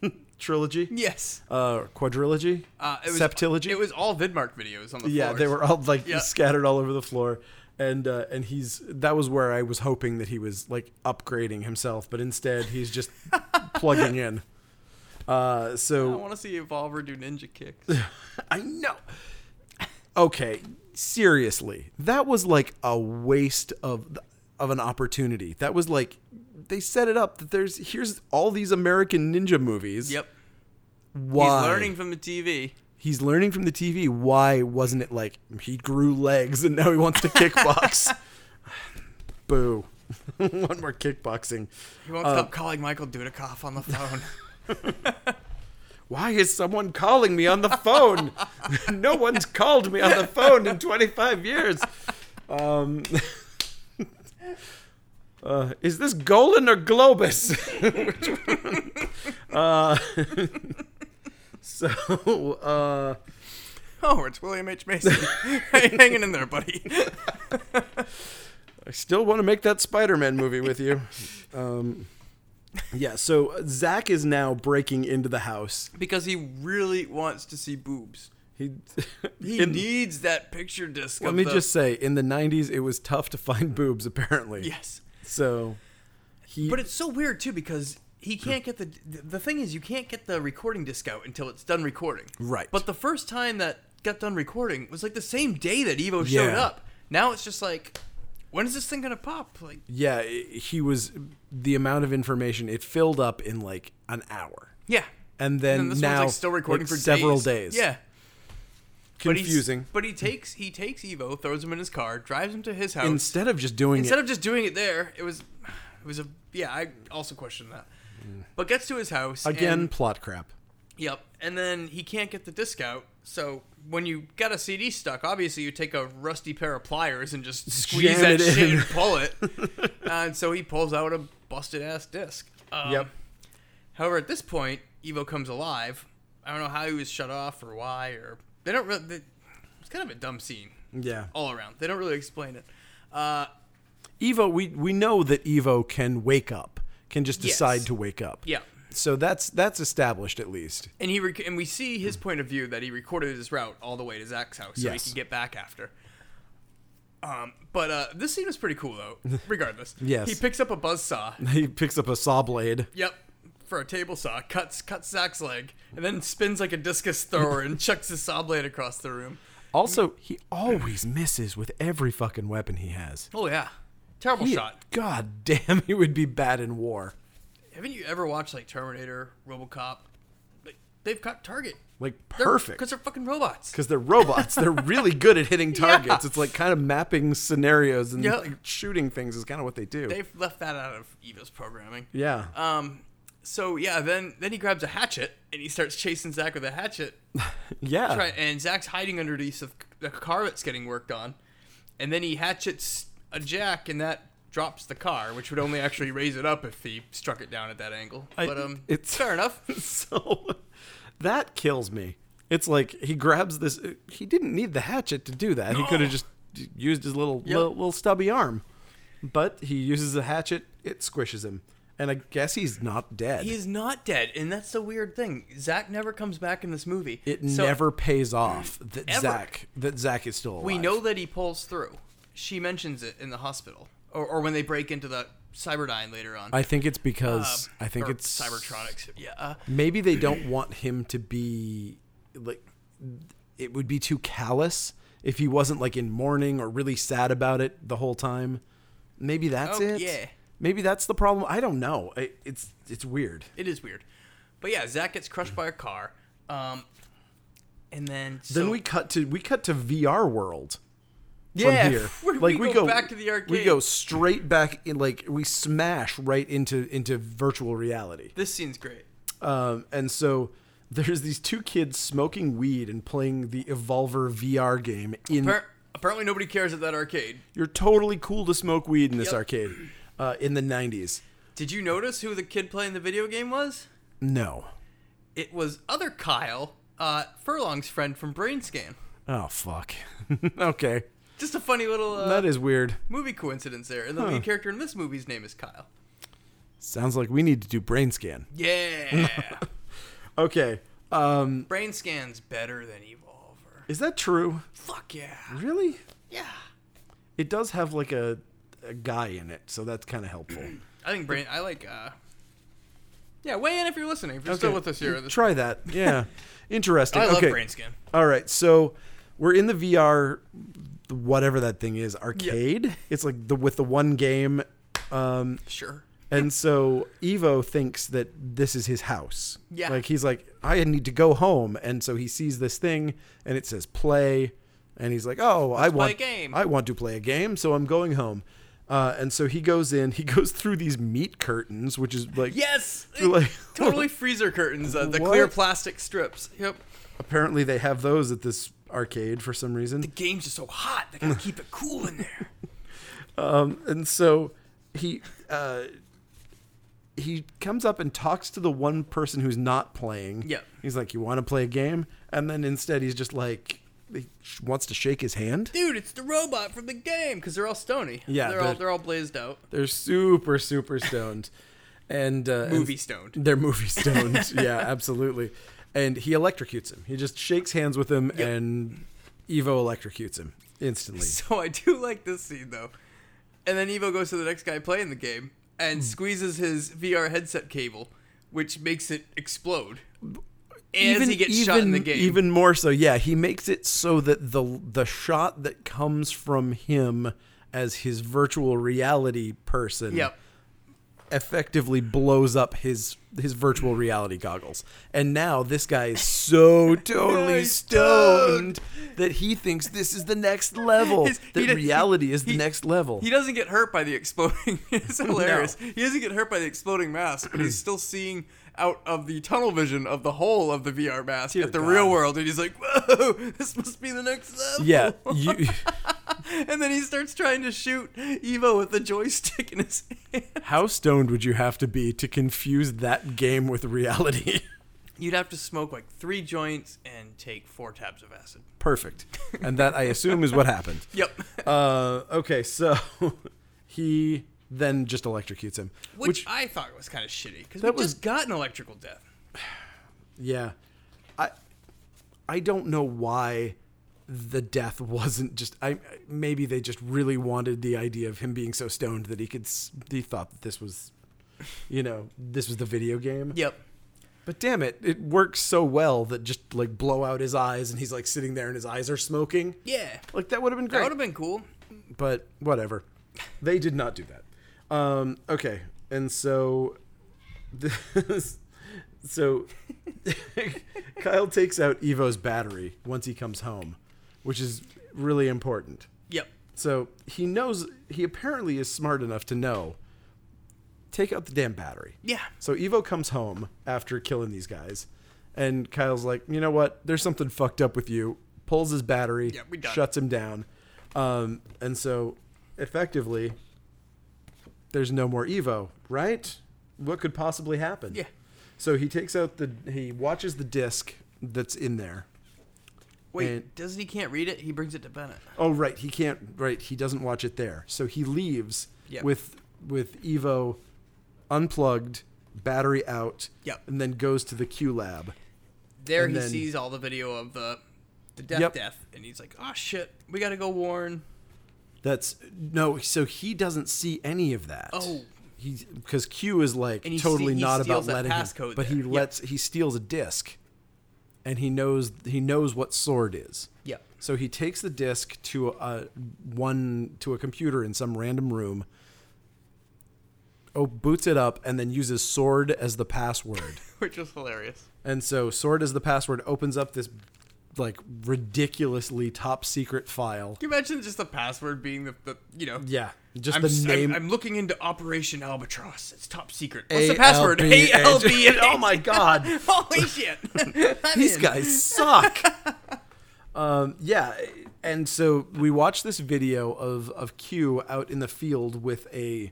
[SPEAKER 1] [LAUGHS] trilogy,
[SPEAKER 2] Yes.
[SPEAKER 1] uh, quadrilogy,
[SPEAKER 2] Uh, it was,
[SPEAKER 1] septilogy.
[SPEAKER 2] It was all Vidmark videos on the
[SPEAKER 1] yeah,
[SPEAKER 2] floors.
[SPEAKER 1] they were all like
[SPEAKER 2] Yeah.
[SPEAKER 1] scattered all over the floor. And, uh, and he's that was where I was hoping that he was like upgrading himself, but instead he's
[SPEAKER 2] [LAUGHS]
[SPEAKER 1] just plugging in. Uh, so
[SPEAKER 2] I want to see Evolver do
[SPEAKER 1] [LAUGHS]
[SPEAKER 2] ninja kicks.
[SPEAKER 1] I know. Okay, seriously, that was like a waste of of an opportunity. That was like they set it up that there's here's all these American ninja movies.
[SPEAKER 2] yep.
[SPEAKER 1] Why
[SPEAKER 2] He's learning from the TV.
[SPEAKER 1] He's learning from the TV. Why wasn't it like he grew legs and now he wants
[SPEAKER 2] [LAUGHS]
[SPEAKER 1] to kickbox? Boo. [LAUGHS] One more kickboxing.
[SPEAKER 2] He
[SPEAKER 1] Uh,
[SPEAKER 2] won't stop calling Michael Dudikoff on the phone. [LAUGHS]
[SPEAKER 1] Why is someone calling me on the phone? [LAUGHS] no one's called me on the phone in 25 years. Um, [LAUGHS] Uh, is this Golan or Globus? [LAUGHS] uh, [LAUGHS] so, uh,
[SPEAKER 2] Oh, it's William H. Macy. [LAUGHS] Hanging in there,
[SPEAKER 1] [LAUGHS]
[SPEAKER 2] buddy.
[SPEAKER 1] I still want to make that Spider-Man movie with you. Um, yeah. So Zach is now breaking into the house.
[SPEAKER 2] Because he really wants to see boobs.
[SPEAKER 1] He, [LAUGHS]
[SPEAKER 2] He
[SPEAKER 1] in-
[SPEAKER 2] needs that picture disc.
[SPEAKER 1] let
[SPEAKER 2] of
[SPEAKER 1] me
[SPEAKER 2] the-
[SPEAKER 1] just say, in the '90s, it was tough to find boobs. Apparently,
[SPEAKER 2] Yes.
[SPEAKER 1] So he.
[SPEAKER 2] But it's so weird, too, because he can't get the. the- The thing is, you can't get the recording disc out until it's done recording.
[SPEAKER 1] Right.
[SPEAKER 2] But the first time that got done recording was like the same day that Evo showed
[SPEAKER 1] Yeah.
[SPEAKER 2] up. Now it's just like, when is this thing going to pop? Like,
[SPEAKER 1] yeah, i- he was the amount of information it filled up in like an hour,
[SPEAKER 2] yeah.
[SPEAKER 1] and then,
[SPEAKER 2] And this
[SPEAKER 1] now
[SPEAKER 2] one's like still recording
[SPEAKER 1] like,
[SPEAKER 2] for
[SPEAKER 1] several days.
[SPEAKER 2] Yeah. But he's-
[SPEAKER 1] confusing.
[SPEAKER 2] But, he takes he takes Evo, throws him in his car, drives him to his house.
[SPEAKER 1] Instead of just doing
[SPEAKER 2] Instead
[SPEAKER 1] it,
[SPEAKER 2] of just doing it there, it was it was a yeah. I also questioned that. But gets to his house
[SPEAKER 1] Mm. again,
[SPEAKER 2] and-
[SPEAKER 1] plot crap.
[SPEAKER 2] yep. And then he can't get the disc out. So when you got a CD stuck, obviously you take a rusty pair of pliers and just squeeze
[SPEAKER 1] jam
[SPEAKER 2] that
[SPEAKER 1] it
[SPEAKER 2] shit
[SPEAKER 1] in.
[SPEAKER 2] and
[SPEAKER 1] [LAUGHS]
[SPEAKER 2] pull it. uh, and so he pulls out a busted ass disc. Um,
[SPEAKER 1] Yep.
[SPEAKER 2] However, at this point, Evo comes alive. I don't know how he was shut off or why or they don't really. They, it's kind of a dumb scene
[SPEAKER 1] Yeah.
[SPEAKER 2] all around. They don't really explain it. Uh,
[SPEAKER 1] Evo, we we know that Evo can wake up, can just
[SPEAKER 2] Yes.
[SPEAKER 1] decide to wake up.
[SPEAKER 2] yeah.
[SPEAKER 1] So that's that's established at least. [LAUGHS]
[SPEAKER 2] And he rec- and we see his point of view that he recorded his route all the way to Zach's house so
[SPEAKER 1] Yes.
[SPEAKER 2] he can get back after. Um, but uh, this scene is pretty cool
[SPEAKER 1] [LAUGHS]
[SPEAKER 2] though. Regardless,
[SPEAKER 1] Yes.
[SPEAKER 2] he picks up a buzzsaw.
[SPEAKER 1] He picks up a saw blade.
[SPEAKER 2] Yep, for a table saw, cuts cuts Zach's leg, and then spins like a discus
[SPEAKER 1] [LAUGHS]
[SPEAKER 2] thrower and chucks his saw blade across the room.
[SPEAKER 1] Also, he always misses with every fucking weapon he has.
[SPEAKER 2] Oh yeah, terrible
[SPEAKER 1] He-
[SPEAKER 2] shot.
[SPEAKER 1] God damn, he would be bad in war.
[SPEAKER 2] Haven't you ever watched like Terminator, RoboCop? Like they've got Target.
[SPEAKER 1] Like perfect.
[SPEAKER 2] because they're fucking robots.
[SPEAKER 1] because they're robots. They're really good at hitting targets.
[SPEAKER 2] [LAUGHS] Yeah.
[SPEAKER 1] It's like kind of mapping scenarios and
[SPEAKER 2] Yeah.
[SPEAKER 1] like shooting things is kind of what they do.
[SPEAKER 2] They've left that out of Eva's programming.
[SPEAKER 1] yeah.
[SPEAKER 2] Um. So yeah, then then he grabs a hatchet and he starts chasing Zach with
[SPEAKER 1] [LAUGHS]
[SPEAKER 2] a hatchet.
[SPEAKER 1] yeah.
[SPEAKER 2] Try, and Zach's hiding underneath the- the car that's getting worked on, and then he hatchets a jack and that drops the car, which would only actually raise it up if he struck it down at that angle.
[SPEAKER 1] I-
[SPEAKER 2] But um,
[SPEAKER 1] it's-
[SPEAKER 2] it's fair enough.
[SPEAKER 1] [LAUGHS] So that kills me. It's like he grabs this. He didn't need the hatchet to do that. He could have just used his little, little little stubby arm, but he uses a hatchet. It squishes him, and I guess he's not dead.
[SPEAKER 2] He is not dead, and that's the weird thing. Zach never comes back in this movie.
[SPEAKER 1] it
[SPEAKER 2] So mm,
[SPEAKER 1] never pays off that
[SPEAKER 2] Ever.
[SPEAKER 1] Zach that Zach is still alive.
[SPEAKER 2] We know that he pulls through. She mentions it in the hospital, or, or when they break into the Cyberdyne later on.
[SPEAKER 1] I think it's because I think
[SPEAKER 2] Um, or
[SPEAKER 1] it's
[SPEAKER 2] Cybertronics. Yeah. uh,
[SPEAKER 1] maybe they don't want him to be like it would be too callous if he wasn't like in mourning or really sad about it the whole time maybe that's
[SPEAKER 2] Oh,
[SPEAKER 1] it
[SPEAKER 2] yeah.
[SPEAKER 1] maybe that's the problem i don't know I it's it's weird
[SPEAKER 2] it is weird, but yeah, Zach gets crushed by a car, um, and then so,
[SPEAKER 1] then we cut to we cut to vr world
[SPEAKER 2] yeah [LAUGHS]
[SPEAKER 1] from here
[SPEAKER 2] we-
[SPEAKER 1] like
[SPEAKER 2] we, go, back to the arcade.
[SPEAKER 1] we go straight back in like we smash right into into virtual reality
[SPEAKER 2] This scene's great.
[SPEAKER 1] Um, and so there's these two kids smoking weed and playing the Evolver VR game. In
[SPEAKER 2] Appar- apparently, nobody cares at that arcade.
[SPEAKER 1] you're totally cool to smoke weed in this
[SPEAKER 2] Yep.
[SPEAKER 1] arcade uh, in the '90s.
[SPEAKER 2] Did you notice who the kid playing the video game was?
[SPEAKER 1] No,
[SPEAKER 2] It was other Kyle, uh, Furlong's friend from Brain Scan.
[SPEAKER 1] oh fuck. [LAUGHS] okay,
[SPEAKER 2] Just a funny little uh,
[SPEAKER 1] that is weird.
[SPEAKER 2] movie coincidence there. And the lead character in this movie's name
[SPEAKER 1] [LAUGHS]
[SPEAKER 2] is Kyle.
[SPEAKER 1] Sounds like we need to do brain scan.
[SPEAKER 2] Yeah.
[SPEAKER 1] Okay, um,
[SPEAKER 2] Brain Scan's better than Evolver.
[SPEAKER 1] is that true?
[SPEAKER 2] Fuck yeah.
[SPEAKER 1] Really?
[SPEAKER 2] Yeah.
[SPEAKER 1] It does have like a, a guy in it, so that's kind of helpful.
[SPEAKER 2] I think Brain. I like. uh Yeah, weigh in if you're listening. If you're still
[SPEAKER 1] Okay.
[SPEAKER 2] with us here, at this
[SPEAKER 1] Try
[SPEAKER 2] [LAUGHS]
[SPEAKER 1] that. Yeah, interesting.
[SPEAKER 2] I love
[SPEAKER 1] okay.
[SPEAKER 2] Brain Scan.
[SPEAKER 1] All right, so we're in the VR, whatever that thing is, arcade. It's like the with the one game, um,
[SPEAKER 2] Sure.
[SPEAKER 1] and so Evo thinks that this is his house.
[SPEAKER 2] Yeah.
[SPEAKER 1] like he's like, I need to go home, and so he sees this thing, and it says play, and he's like, Oh, I want
[SPEAKER 2] a game.
[SPEAKER 1] I want to play a game, so I'm going home. Uh, and so he goes in. He [LAUGHS] goes through these meat curtains, which is like
[SPEAKER 2] Yes.
[SPEAKER 1] You're like-
[SPEAKER 2] [LAUGHS] totally freezer curtains. Uh, the clear
[SPEAKER 1] What?
[SPEAKER 2] plastic strips. Yep.
[SPEAKER 1] apparently they have those at this arcade for some reason.
[SPEAKER 2] Games are so hot. They gotta keep it cool in there.
[SPEAKER 1] Um, and so he uh, he comes up and talks to the one person who's not playing.
[SPEAKER 2] Yep.
[SPEAKER 1] He's like, "You want to play a game?" And then instead, he's just like, he sh- wants to shake his hand.
[SPEAKER 2] [LAUGHS] Dude, it's the robot from the game because they're all stony.
[SPEAKER 1] Yeah,
[SPEAKER 2] they're all
[SPEAKER 1] they're-
[SPEAKER 2] they're all blazed out. [LAUGHS]
[SPEAKER 1] They're super super stoned, and uh, and-
[SPEAKER 2] Movie stoned.
[SPEAKER 1] They're movie [LAUGHS] stoned. yeah, absolutely. And he electrocutes him. He just shakes hands with him, and Evo electrocutes him instantly.
[SPEAKER 2] So I do like this scene though. And then Evo goes to the next guy playing the game
[SPEAKER 1] Hmm.
[SPEAKER 2] and squeezes his VR headset cable, which makes it explode. As he gets shot in the game.
[SPEAKER 1] Even more so, yeah. He makes it so that the the shot that comes from him as his virtual reality person
[SPEAKER 2] Yep.
[SPEAKER 1] effectively blows up his his virtual reality goggles. And now this guy is so totally
[SPEAKER 2] [LAUGHS] He's
[SPEAKER 1] stoned that he thinks this is the next level.
[SPEAKER 2] His- he
[SPEAKER 1] that
[SPEAKER 2] does-
[SPEAKER 1] reality is the
[SPEAKER 2] he-
[SPEAKER 1] next level.
[SPEAKER 2] He doesn't get hurt by the exploding. [LAUGHS] it's hilarious. He doesn't get hurt by the exploding mask, but [CLEARS THROAT] he's still seeing out of the tunnel vision of the whole of the VR mask at the
[SPEAKER 1] God.
[SPEAKER 2] real world, and he's like, "Whoa, [LAUGHS] this must be the next level." [LAUGHS]
[SPEAKER 1] yeah, you, [LAUGHS]
[SPEAKER 2] And then he starts trying to shoot Evo with the joystick in his [LAUGHS] hand.
[SPEAKER 1] how stoned would you have to be to confuse that game with reality? [LAUGHS]
[SPEAKER 2] You'd have to smoke like three joints and take four tabs of acid.
[SPEAKER 1] Perfect. And that I assume is what happened.
[SPEAKER 2] [LAUGHS] Yep.
[SPEAKER 1] Uh, okay, so [LAUGHS] he then just electrocutes him.
[SPEAKER 2] Which, I thought was kind of shitty because we
[SPEAKER 1] That was-
[SPEAKER 2] just got an electrical death.
[SPEAKER 1] yeah, I I don't know why the death [LAUGHS] wasn't just. I maybe they just really wanted the idea of him being so stoned that he could. s- He thought that this was, you know, this was the video game.
[SPEAKER 2] Yep.
[SPEAKER 1] But damn it, it works so well that just like blow out his eyes and he's like sitting there and his eyes are smoking.
[SPEAKER 2] Yeah.
[SPEAKER 1] Like that would have been
[SPEAKER 2] That
[SPEAKER 1] great.
[SPEAKER 2] would have been cool.
[SPEAKER 1] but whatever. They did not do that. Um, okay, and so, this, so [LAUGHS] Kyle takes out Evo's battery once he comes home, which is really important.
[SPEAKER 2] Yep.
[SPEAKER 1] So he knows he apparently is smart enough to know. Take out the damn battery.
[SPEAKER 2] Yeah.
[SPEAKER 1] So Evo comes home after killing these guys, and Kyle's like, you know what? There's something fucked up with you. Pulls his battery,
[SPEAKER 2] Yeah, we done.
[SPEAKER 1] shuts him down, um, and so effectively, there's no more Evo, right? What could possibly happen?
[SPEAKER 2] Yeah.
[SPEAKER 1] So he takes out the he watches the disc that's in there.
[SPEAKER 2] Wait,
[SPEAKER 1] And-
[SPEAKER 2] doesn't he can't read it? He brings it to Bennett.
[SPEAKER 1] Oh right, he can't. Right, he doesn't watch it there. So he leaves
[SPEAKER 2] Yep.
[SPEAKER 1] with with Evo unplugged, battery out,
[SPEAKER 2] Yep.
[SPEAKER 1] and then goes to the Q lab.
[SPEAKER 2] There
[SPEAKER 1] And
[SPEAKER 2] he
[SPEAKER 1] then-
[SPEAKER 2] sees all the video of the the death
[SPEAKER 1] Yep.
[SPEAKER 2] death and he's like, "Oh shit, we got to go warn."
[SPEAKER 1] That's no. So he doesn't see any of that.
[SPEAKER 2] Oh.
[SPEAKER 1] he's because Q is like
[SPEAKER 2] And he
[SPEAKER 1] totally
[SPEAKER 2] ste- he
[SPEAKER 1] not about
[SPEAKER 2] steals that
[SPEAKER 1] letting him,
[SPEAKER 2] passcode
[SPEAKER 1] but
[SPEAKER 2] there.
[SPEAKER 1] he
[SPEAKER 2] Yep.
[SPEAKER 1] lets he steals a disc, and he knows he knows what sword is.
[SPEAKER 2] Yep.
[SPEAKER 1] So he takes the disc to a one to a computer in some random room. Oh, boots it up and then uses sword as the
[SPEAKER 2] [LAUGHS]
[SPEAKER 1] password.
[SPEAKER 2] [LAUGHS] Which was hilarious.
[SPEAKER 1] and so sword as the password opens up this like ridiculously top secret file.
[SPEAKER 2] Can you imagine just the password being the, the you know?
[SPEAKER 1] Yeah, just
[SPEAKER 2] I'm,
[SPEAKER 1] the
[SPEAKER 2] s- I'm-
[SPEAKER 1] name.
[SPEAKER 2] I'm, looking into Operation Albatross. It's top secret. What's the [LAUGHS] password? A L B
[SPEAKER 1] A-L-B-A.
[SPEAKER 2] A.
[SPEAKER 1] Oh my god. [LAUGHS]
[SPEAKER 2] Holy shit! [LAUGHS] I'm
[SPEAKER 1] These
[SPEAKER 2] in.
[SPEAKER 1] guys suck. [LAUGHS] um, yeah, and so we watched this video of of Q out in the field with a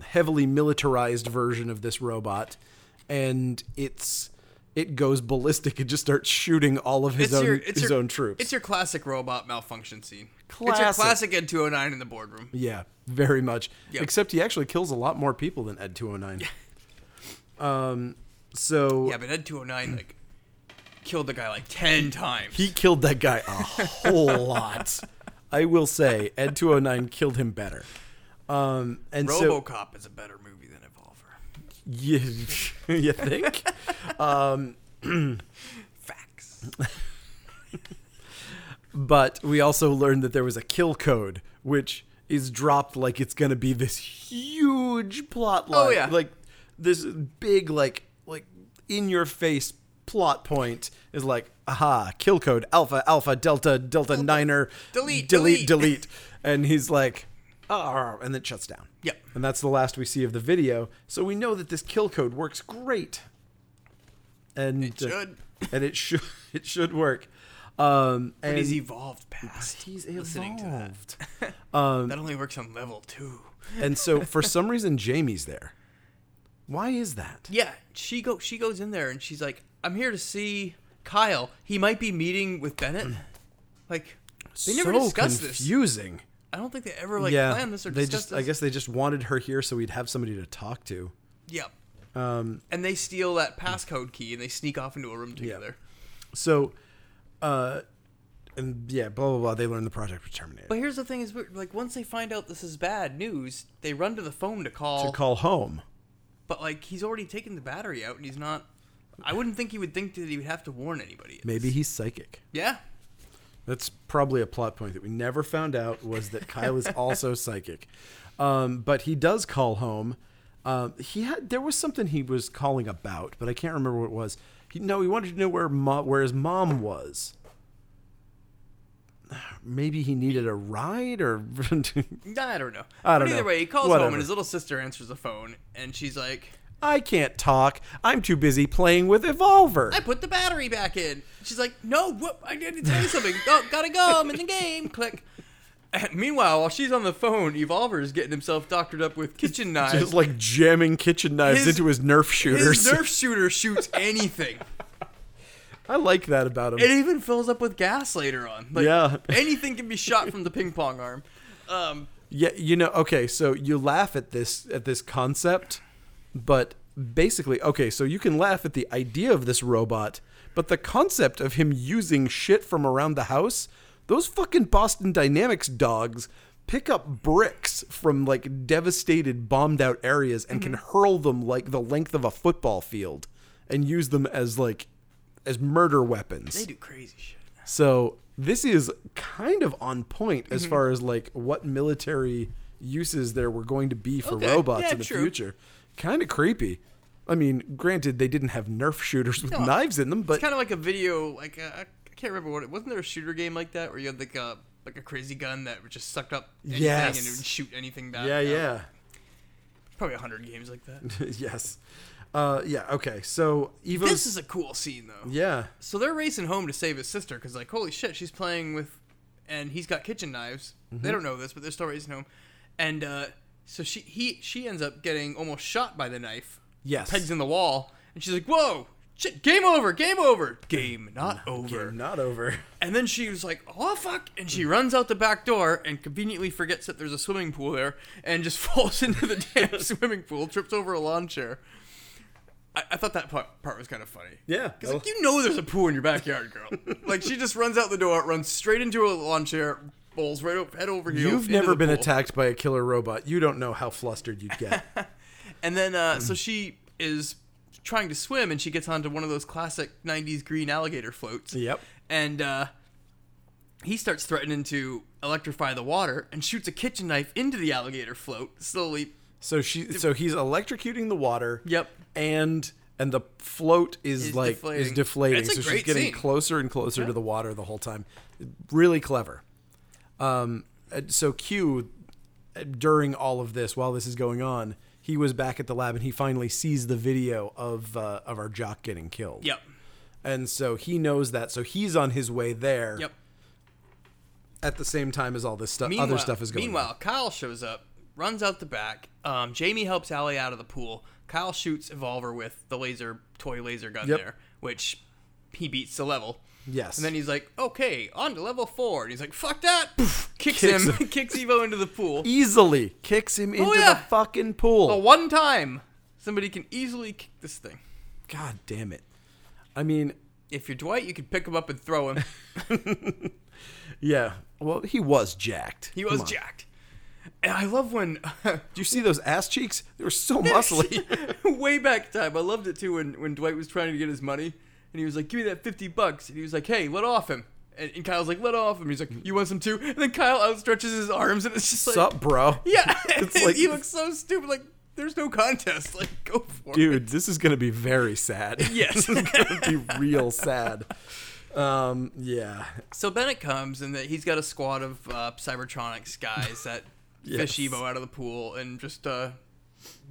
[SPEAKER 1] heavily militarized version of this robot, and it's it goes ballistic and just starts shooting all of his own his own troops.
[SPEAKER 2] It's your classic robot malfunction scene. It's your
[SPEAKER 1] Classic.
[SPEAKER 2] classic Ed 209 in the boardroom.
[SPEAKER 1] Yeah, very much.
[SPEAKER 2] Yep.
[SPEAKER 1] Except he actually kills a lot more people than Ed 209. um, so
[SPEAKER 2] Yeah, but Ed 209 like killed the guy like ten times.
[SPEAKER 1] He killed that guy a whole lot. I will say, Ed 209 killed him better. Um, and so,
[SPEAKER 2] RoboCop is a better movie than Evolver.
[SPEAKER 1] you, [LAUGHS] you think? um, [CLEARS THROAT]
[SPEAKER 2] Facts.
[SPEAKER 1] but we also learned that there was a kill code, which is dropped like it's going to be this huge plot line.
[SPEAKER 2] Oh, yeah.
[SPEAKER 1] Like this big, like, like in your face plot point is like, aha, kill code, alpha, alpha, delta, delta, niner,
[SPEAKER 2] Delete,
[SPEAKER 1] delete,
[SPEAKER 2] delete.
[SPEAKER 1] delete. and he's like, "Arr," and then it shuts down.
[SPEAKER 2] Yep.
[SPEAKER 1] And that's the last we see of the video. So we know that this kill code works great. uh, And
[SPEAKER 2] It should.
[SPEAKER 1] [LAUGHS] and it should it should work. Um,
[SPEAKER 2] But
[SPEAKER 1] and
[SPEAKER 2] he's evolved past.
[SPEAKER 1] he's
[SPEAKER 2] listening to that.
[SPEAKER 1] evolved. um,
[SPEAKER 2] That only works on level two.
[SPEAKER 1] and so for some reason, Jamie's there. Why is that?
[SPEAKER 2] Yeah, she go she goes in there and she's like, "I'm here to see Kyle. He might be meeting with Bennett."
[SPEAKER 1] [CLEARS THROAT]
[SPEAKER 2] Like they never
[SPEAKER 1] so
[SPEAKER 2] discussed this.
[SPEAKER 1] confusing.
[SPEAKER 2] I don't think they ever like
[SPEAKER 1] yeah,
[SPEAKER 2] planned this or
[SPEAKER 1] they
[SPEAKER 2] discussed
[SPEAKER 1] just.
[SPEAKER 2] this.
[SPEAKER 1] I guess they just wanted her here so we'd have somebody to talk to.
[SPEAKER 2] Yep. Um, and they steal that passcode key and they sneak off into a room together.
[SPEAKER 1] So, uh, and yeah, blah blah blah. They learned the project was terminated.
[SPEAKER 2] But here's the thing: is we're- like once they find out this is bad news, they run to the phone to call.
[SPEAKER 1] to call home.
[SPEAKER 2] But like he's already taken the battery out and he's not. I wouldn't think he would think that he would have to warn anybody.
[SPEAKER 1] Maybe he's psychic.
[SPEAKER 2] Yeah.
[SPEAKER 1] That's probably a plot point that we never found out was that Kyle is
[SPEAKER 2] [LAUGHS]
[SPEAKER 1] also psychic. Um, but he does call home. Um, he had there was something he was calling about, but I can't remember what it was. He, no, he wanted to know where mo- where his mom was. [SIGHS] Maybe he needed a ride, or [LAUGHS]
[SPEAKER 2] I don't know.
[SPEAKER 1] I
[SPEAKER 2] but
[SPEAKER 1] don't
[SPEAKER 2] either
[SPEAKER 1] know.
[SPEAKER 2] way, he calls home
[SPEAKER 1] Whatever.
[SPEAKER 2] and his little sister answers the phone and she's like,
[SPEAKER 1] I can't talk. I'm too busy playing with Evolver.
[SPEAKER 2] I put the battery back in. She's like, no, whoop, I need to tell
[SPEAKER 1] [LAUGHS]
[SPEAKER 2] you something. Go, gotta go, I'm in the game. Click. And meanwhile, while she's on the phone, Evolver's getting himself doctored up with kitchen knives.
[SPEAKER 1] Just like jamming kitchen knives
[SPEAKER 2] His-
[SPEAKER 1] into his Nerf shooters.
[SPEAKER 2] His Nerf shooter shoots anything.
[SPEAKER 1] [LAUGHS] I like that about him.
[SPEAKER 2] It even fills up with gas later on. Like,
[SPEAKER 1] Yeah.
[SPEAKER 2] anything can be shot from the ping pong arm. Um,
[SPEAKER 1] Yeah, you know, okay, so you laugh at this at this concept, but basically, okay, so you can laugh at the idea of this robot, but the concept of him using shit from around the house, those fucking Boston Dynamics dogs pick up bricks from like devastated bombed out areas and can hurl them like the length of a football field and use them as like as murder weapons.
[SPEAKER 2] they do crazy shit.
[SPEAKER 1] So this is kind of on point
[SPEAKER 2] Mm-hmm.
[SPEAKER 1] as far as like what military uses there were going to be for
[SPEAKER 2] Okay.
[SPEAKER 1] robots
[SPEAKER 2] Yeah,
[SPEAKER 1] in the
[SPEAKER 2] true.
[SPEAKER 1] future. Kind of creepy. I mean, granted, they didn't have Nerf shooters with
[SPEAKER 2] No.
[SPEAKER 1] knives in them,
[SPEAKER 2] It's
[SPEAKER 1] but
[SPEAKER 2] kind of like a video, like uh, I can't remember what it wasn't there a shooter game like that where you had like a like a crazy gun that would just sucked up anything and it
[SPEAKER 1] Yes.
[SPEAKER 2] would shoot anything back.
[SPEAKER 1] yeah,
[SPEAKER 2] Um,
[SPEAKER 1] yeah,
[SPEAKER 2] Probably hundred games like that.
[SPEAKER 1] [LAUGHS] yes, uh, yeah. Okay, so even
[SPEAKER 2] this is a cool scene though.
[SPEAKER 1] yeah,
[SPEAKER 2] So they're racing home to save his sister because like holy shit, she's playing with, and he's got kitchen knives.
[SPEAKER 1] Mm-hmm.
[SPEAKER 2] They don't know this, but they're still racing home, and uh, so she he she ends up getting almost shot by the knife.
[SPEAKER 1] Yes.
[SPEAKER 2] Pegs in the wall, and she's like, "Whoa, shit, game over, game over, game not over."
[SPEAKER 1] game not over. [LAUGHS]
[SPEAKER 2] And then she was like, "Oh fuck!" And she runs out the back door and conveniently forgets that there's a swimming pool there, and just [LAUGHS] falls into the
[SPEAKER 1] [LAUGHS]
[SPEAKER 2] damn swimming pool, trips over a lawn chair. I, I thought that part, part was kind of funny.
[SPEAKER 1] Yeah,
[SPEAKER 2] It's like you know there's a pool in your
[SPEAKER 1] [LAUGHS]
[SPEAKER 2] backyard, girl. like she just runs out the door, runs straight into a lawn chair, bowls right over, head over heels.
[SPEAKER 1] you've
[SPEAKER 2] into
[SPEAKER 1] never
[SPEAKER 2] the
[SPEAKER 1] been
[SPEAKER 2] pool.
[SPEAKER 1] attacked by a killer robot. You don't know how flustered you'd get.
[SPEAKER 2] And then, uh,
[SPEAKER 1] Mm.
[SPEAKER 2] so she is trying to swim, and she gets onto one of those classic '90s green alligator floats.
[SPEAKER 1] Yep.
[SPEAKER 2] And uh, he starts threatening to electrify the water, and shoots a kitchen knife into the alligator float slowly.
[SPEAKER 1] So she, so he's electrocuting the water.
[SPEAKER 2] Yep.
[SPEAKER 1] and and the float is,
[SPEAKER 2] Is
[SPEAKER 1] like is
[SPEAKER 2] deflating.
[SPEAKER 1] deflating,
[SPEAKER 2] It's a
[SPEAKER 1] so she's
[SPEAKER 2] great
[SPEAKER 1] getting
[SPEAKER 2] scene.
[SPEAKER 1] closer and closer to the water the whole time. Really clever. Um, uh, so Q, uh, during all of this, while this is going on, he was back at the lab and he finally sees the video of uh, of our jock getting killed.
[SPEAKER 2] Yep.
[SPEAKER 1] and so he knows that, so he's on his way there.
[SPEAKER 2] Yep.
[SPEAKER 1] At the same time as all this stuff,
[SPEAKER 2] Meanwhile,
[SPEAKER 1] other stuff is going.
[SPEAKER 2] Meanwhile, Kyle shows up, runs out the back. Um, Jamie helps Allie out of the pool. Kyle shoots Evolver with the laser toy laser gun
[SPEAKER 1] Yep.
[SPEAKER 2] there, which he beats the level.
[SPEAKER 1] on. yes,
[SPEAKER 2] And then he's like, okay, on to level four. And he's like, fuck that. Poof, kicks,
[SPEAKER 1] Kicks
[SPEAKER 2] him, [LAUGHS] kicks Evo into the pool.
[SPEAKER 1] easily kicks him into
[SPEAKER 2] Oh, yeah. Oh,
[SPEAKER 1] the fucking pool.
[SPEAKER 2] But one time, somebody can easily kick this thing.
[SPEAKER 1] God damn it! I mean,
[SPEAKER 2] If you're Dwight, you could pick him up and
[SPEAKER 1] [LAUGHS]
[SPEAKER 2] throw him.
[SPEAKER 1] Yeah. Well, he was jacked.
[SPEAKER 2] He
[SPEAKER 1] Come
[SPEAKER 2] was
[SPEAKER 1] on.
[SPEAKER 2] jacked. And I
[SPEAKER 1] [LAUGHS]
[SPEAKER 2] love when, [LAUGHS]
[SPEAKER 1] Do you see those ass cheeks? They were so muscly.
[SPEAKER 2] way back time, I loved it too when, when Dwight was trying to get his money. And he was like, give me that 50 bucks. And he was like, hey, let off him. And, and Kyle's like, let off him. He's like, you want some too? And then Kyle outstretches his arms and it's just like,
[SPEAKER 1] Sup, bro?
[SPEAKER 2] [LAUGHS] Yeah,
[SPEAKER 1] It's
[SPEAKER 2] and
[SPEAKER 1] like-
[SPEAKER 2] [LAUGHS] he looks so stupid. Like, there's no contest. [LAUGHS] Like, go for it.
[SPEAKER 1] Dude, this is gonna be very sad.
[SPEAKER 2] [LAUGHS] Yes.
[SPEAKER 1] [LAUGHS] this is gonna be real sad. Um, yeah.
[SPEAKER 2] So Bennett comes and that he's got a squad of uh, Cybertronics guys that
[SPEAKER 1] [LAUGHS] Yes.
[SPEAKER 2] fish
[SPEAKER 1] Mm.
[SPEAKER 2] Evo out of the pool and just uh,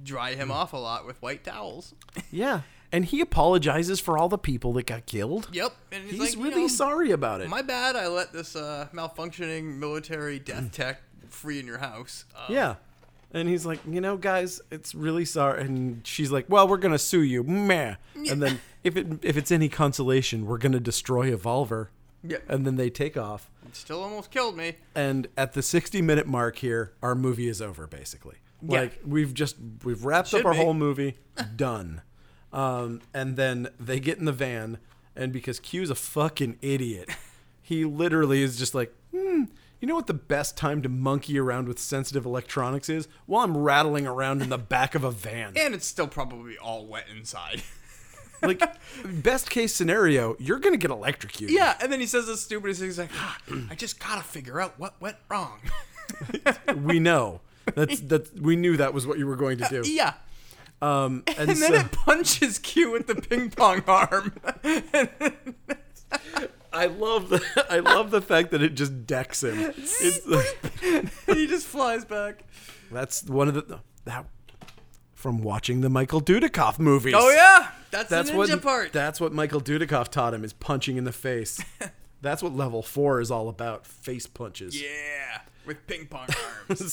[SPEAKER 2] dry him off a lot with white towels.
[SPEAKER 1] Yeah. and he apologizes for all the people that got killed.
[SPEAKER 2] Yep. And it's
[SPEAKER 1] He's
[SPEAKER 2] like, you
[SPEAKER 1] really
[SPEAKER 2] know,
[SPEAKER 1] sorry about it.
[SPEAKER 2] My bad. I let this uh, malfunctioning military
[SPEAKER 1] Mm.
[SPEAKER 2] death tech free in your house. Uh,
[SPEAKER 1] yeah. And he's like, you know, guys, it's really sorry. And she's like, well, we're gonna sue you, meh. And then if it if it's any consolation, we're gonna destroy Evolver.
[SPEAKER 2] yeah.
[SPEAKER 1] And then they take off.
[SPEAKER 2] Still almost killed me.
[SPEAKER 1] and at the 60 minute mark here our movie is over basically
[SPEAKER 2] Yeah.
[SPEAKER 1] like we've just we've wrapped up
[SPEAKER 2] Should
[SPEAKER 1] our
[SPEAKER 2] be.
[SPEAKER 1] whole movie done um, and then they get in the van and because q's a fucking idiot he literally is just like hmm you know what the best time to monkey around with sensitive electronics is while i'm rattling around in the back of a van
[SPEAKER 2] [LAUGHS] And it's still probably all wet inside. [LAUGHS]
[SPEAKER 1] like best case scenario you're gonna get electrocuted
[SPEAKER 2] yeah. And then he says the stupidest thing. He's like, ah, I just gotta figure out what went wrong. [LAUGHS]
[SPEAKER 1] we know that's that we knew that was what you were going to do
[SPEAKER 2] [LAUGHS] yeah.
[SPEAKER 1] um and,
[SPEAKER 2] And then
[SPEAKER 1] so-
[SPEAKER 2] it [LAUGHS] punches Q with the ping pong arm. [LAUGHS]
[SPEAKER 1] I love the [LAUGHS] I love the fact that it just decks him. It's like-
[SPEAKER 2] and [LAUGHS] he just flies back.
[SPEAKER 1] [LAUGHS] that's one of the that from watching the Michael Dudikoff movies.
[SPEAKER 2] Oh yeah, that's,
[SPEAKER 1] that's
[SPEAKER 2] the ninja
[SPEAKER 1] what
[SPEAKER 2] part.
[SPEAKER 1] that's what Michael Dudikoff taught him is punching in the
[SPEAKER 2] [LAUGHS]
[SPEAKER 1] face. that's what level four is all about: face punches.
[SPEAKER 2] yeah, with ping pong arms.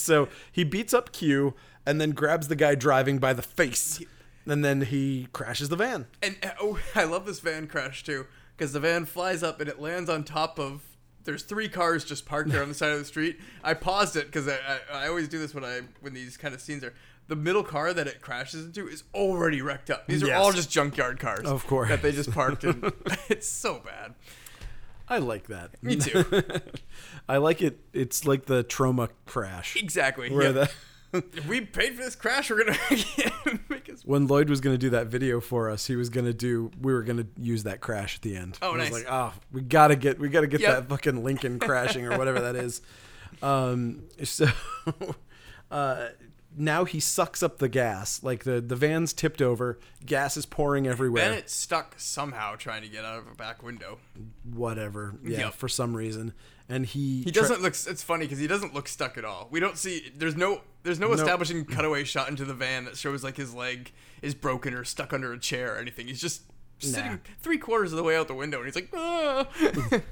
[SPEAKER 1] [LAUGHS]
[SPEAKER 2] [LAUGHS]
[SPEAKER 1] so he beats up Q and then grabs the guy driving by the face, and then he crashes the van.
[SPEAKER 2] and uh, oh, [LAUGHS] I love this van crash too, because the van flies up and it lands on top of. There's three cars just parked there on the side of the street. I paused it because I, I, I always do this when I when these kind of scenes are. The middle car that it crashes into is already wrecked up. These are
[SPEAKER 1] Yes.
[SPEAKER 2] all just junkyard cars,
[SPEAKER 1] Of course.
[SPEAKER 2] that they just
[SPEAKER 1] [LAUGHS]
[SPEAKER 2] parked in. [LAUGHS] it's so bad.
[SPEAKER 1] I like that.
[SPEAKER 2] Me too.
[SPEAKER 1] [LAUGHS] I like it. It's like the trauma crash.
[SPEAKER 2] Exactly.
[SPEAKER 1] Where
[SPEAKER 2] yeah.
[SPEAKER 1] the
[SPEAKER 2] [LAUGHS] If we paid for this crash, we're gonna [LAUGHS] make us.
[SPEAKER 1] when Lloyd was going to do that video for us, he was going to do. We were going to use that crash at the end.
[SPEAKER 2] Oh,
[SPEAKER 1] I was
[SPEAKER 2] nice.
[SPEAKER 1] like, oh, we gotta get, we gotta get
[SPEAKER 2] Yep.
[SPEAKER 1] that fucking Lincoln crashing or whatever that
[SPEAKER 2] [LAUGHS]
[SPEAKER 1] is. Um, so [LAUGHS] uh, now he sucks up the gas. Like the the van's tipped over, gas is pouring everywhere.
[SPEAKER 2] Bennett's stuck somehow trying to get out of a back window.
[SPEAKER 1] Whatever, yeah,
[SPEAKER 2] Yep.
[SPEAKER 1] for some reason, and he
[SPEAKER 2] He doesn't look. It's funny because he doesn't look stuck at all. We don't see. There's no. There's no establishing cutaway shot into the van that shows like his leg is broken or stuck under a chair or anything. He's just sitting three quarters of the way out the window, and he's like, ah. [LAUGHS]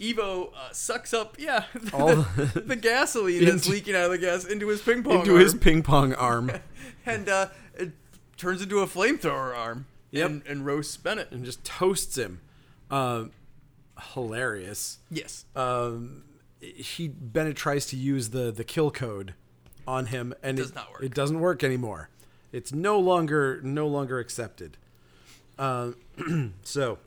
[SPEAKER 2] Evo uh, sucks up, yeah, [LAUGHS] the,
[SPEAKER 1] All
[SPEAKER 2] the,
[SPEAKER 1] the-
[SPEAKER 2] gasoline that's
[SPEAKER 1] Into-
[SPEAKER 2] leaking out of the gas into his ping
[SPEAKER 1] [LAUGHS]
[SPEAKER 2] pong
[SPEAKER 1] into
[SPEAKER 2] arm,
[SPEAKER 1] his ping pong
[SPEAKER 2] [LAUGHS]
[SPEAKER 1] arm
[SPEAKER 2] and uh, it turns into a flamethrower arm.
[SPEAKER 1] Yep.
[SPEAKER 2] and, and roasts Bennett.
[SPEAKER 1] and just toasts him. Uh, hilarious.
[SPEAKER 2] Yes, uh,
[SPEAKER 1] um, he Bennett tries to use the the kill code on him, and
[SPEAKER 2] Does
[SPEAKER 1] it,
[SPEAKER 2] not work.
[SPEAKER 1] It doesn't work anymore. It's no longer no longer accepted. Um, [CLEARS THROAT] so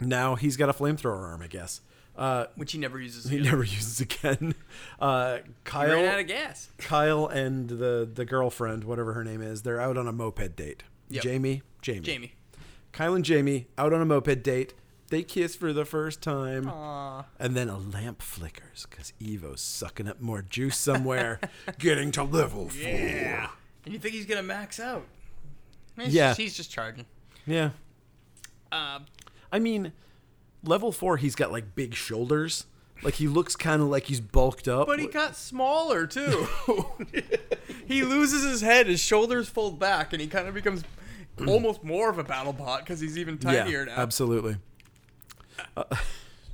[SPEAKER 1] now he's got a flamethrower arm, I guess. Uh,
[SPEAKER 2] which he never uses.
[SPEAKER 1] he
[SPEAKER 2] Again.
[SPEAKER 1] never [LAUGHS] uses again. Uh,
[SPEAKER 2] Ran out
[SPEAKER 1] Kyle,
[SPEAKER 2] of gas.
[SPEAKER 1] Kyle, and the the girlfriend, whatever her name is, they're out on a moped date.
[SPEAKER 2] Yep.
[SPEAKER 1] Jamie, Jamie,
[SPEAKER 2] Jamie.
[SPEAKER 1] Kyle and Jamie out on a moped date. They kiss for the first time.
[SPEAKER 2] Aw.
[SPEAKER 1] And then a lamp flickers because Evo's sucking up more juice
[SPEAKER 2] [LAUGHS]
[SPEAKER 1] somewhere, getting to level
[SPEAKER 2] Yeah.
[SPEAKER 1] four.
[SPEAKER 2] And you think he's gonna max out? He's
[SPEAKER 1] Yeah.
[SPEAKER 2] just- he's just charging.
[SPEAKER 1] Yeah.
[SPEAKER 2] Um,
[SPEAKER 1] I mean, level four, he's got like big shoulders. Like he looks kind of like he's bulked up.
[SPEAKER 2] but he got smaller [LAUGHS] too. he loses his head, his shoulders fold back, and he kind of becomes almost more of a battle bot because he's even
[SPEAKER 1] yeah,
[SPEAKER 2] tinier now.
[SPEAKER 1] absolutely. Uh,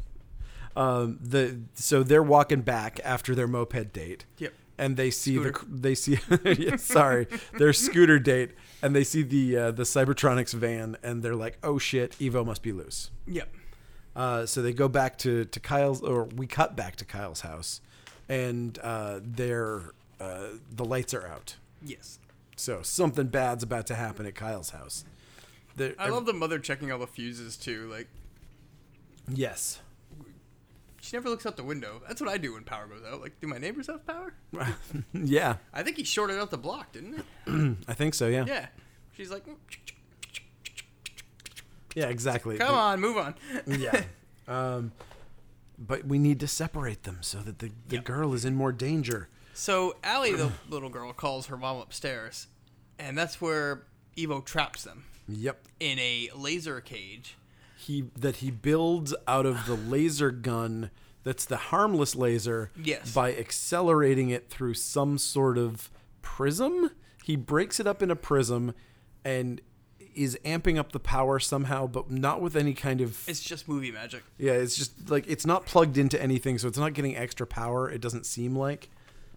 [SPEAKER 1] [LAUGHS] um, the so they're walking back after their moped date.
[SPEAKER 2] Yep.
[SPEAKER 1] And they see
[SPEAKER 2] Scooter.
[SPEAKER 1] the they see [LAUGHS] yeah, sorry their scooter date and they see the uh, the Cybertronics van and they're like oh shit Evo must be loose.
[SPEAKER 2] Yep.
[SPEAKER 1] Uh, so they go back to, to Kyle's, or we cut back to Kyle's house, and uh, they're, uh, the lights are out.
[SPEAKER 2] Yes.
[SPEAKER 1] So something bad's about to happen at Kyle's house. There-
[SPEAKER 2] I love the mother checking all the fuses too. Like
[SPEAKER 1] Yes. [LAUGHS]
[SPEAKER 2] she never looks out the window. That's what I do when power goes out. Like, do my neighbors have power?
[SPEAKER 1] yeah,
[SPEAKER 2] I think he shorted out the block, didn't he?
[SPEAKER 1] I think so. Yeah. Yeah,
[SPEAKER 2] Yeah. She's like, "Mm,
[SPEAKER 1] exactly.
[SPEAKER 2] come on,
[SPEAKER 1] [LAUGHS]
[SPEAKER 2] move on.
[SPEAKER 1] Yeah. um, but we need to separate them so that the, the girl is in more danger.
[SPEAKER 2] So Allie, the [COUGHS] little girl, calls her mom upstairs, and that's where Evo traps them
[SPEAKER 1] Yep.
[SPEAKER 2] in a laser cage.
[SPEAKER 1] He that he builds out of
[SPEAKER 2] [SIGHS]
[SPEAKER 1] the laser gun that's the harmless laser
[SPEAKER 2] Yes.
[SPEAKER 1] by accelerating it through some sort of prism he breaks it up in a prism and is amping up the power somehow, but not with any kind of
[SPEAKER 2] It's just movie magic.
[SPEAKER 1] yeah. It's just like it's not plugged into anything, so it's not getting extra power. It doesn't seem like,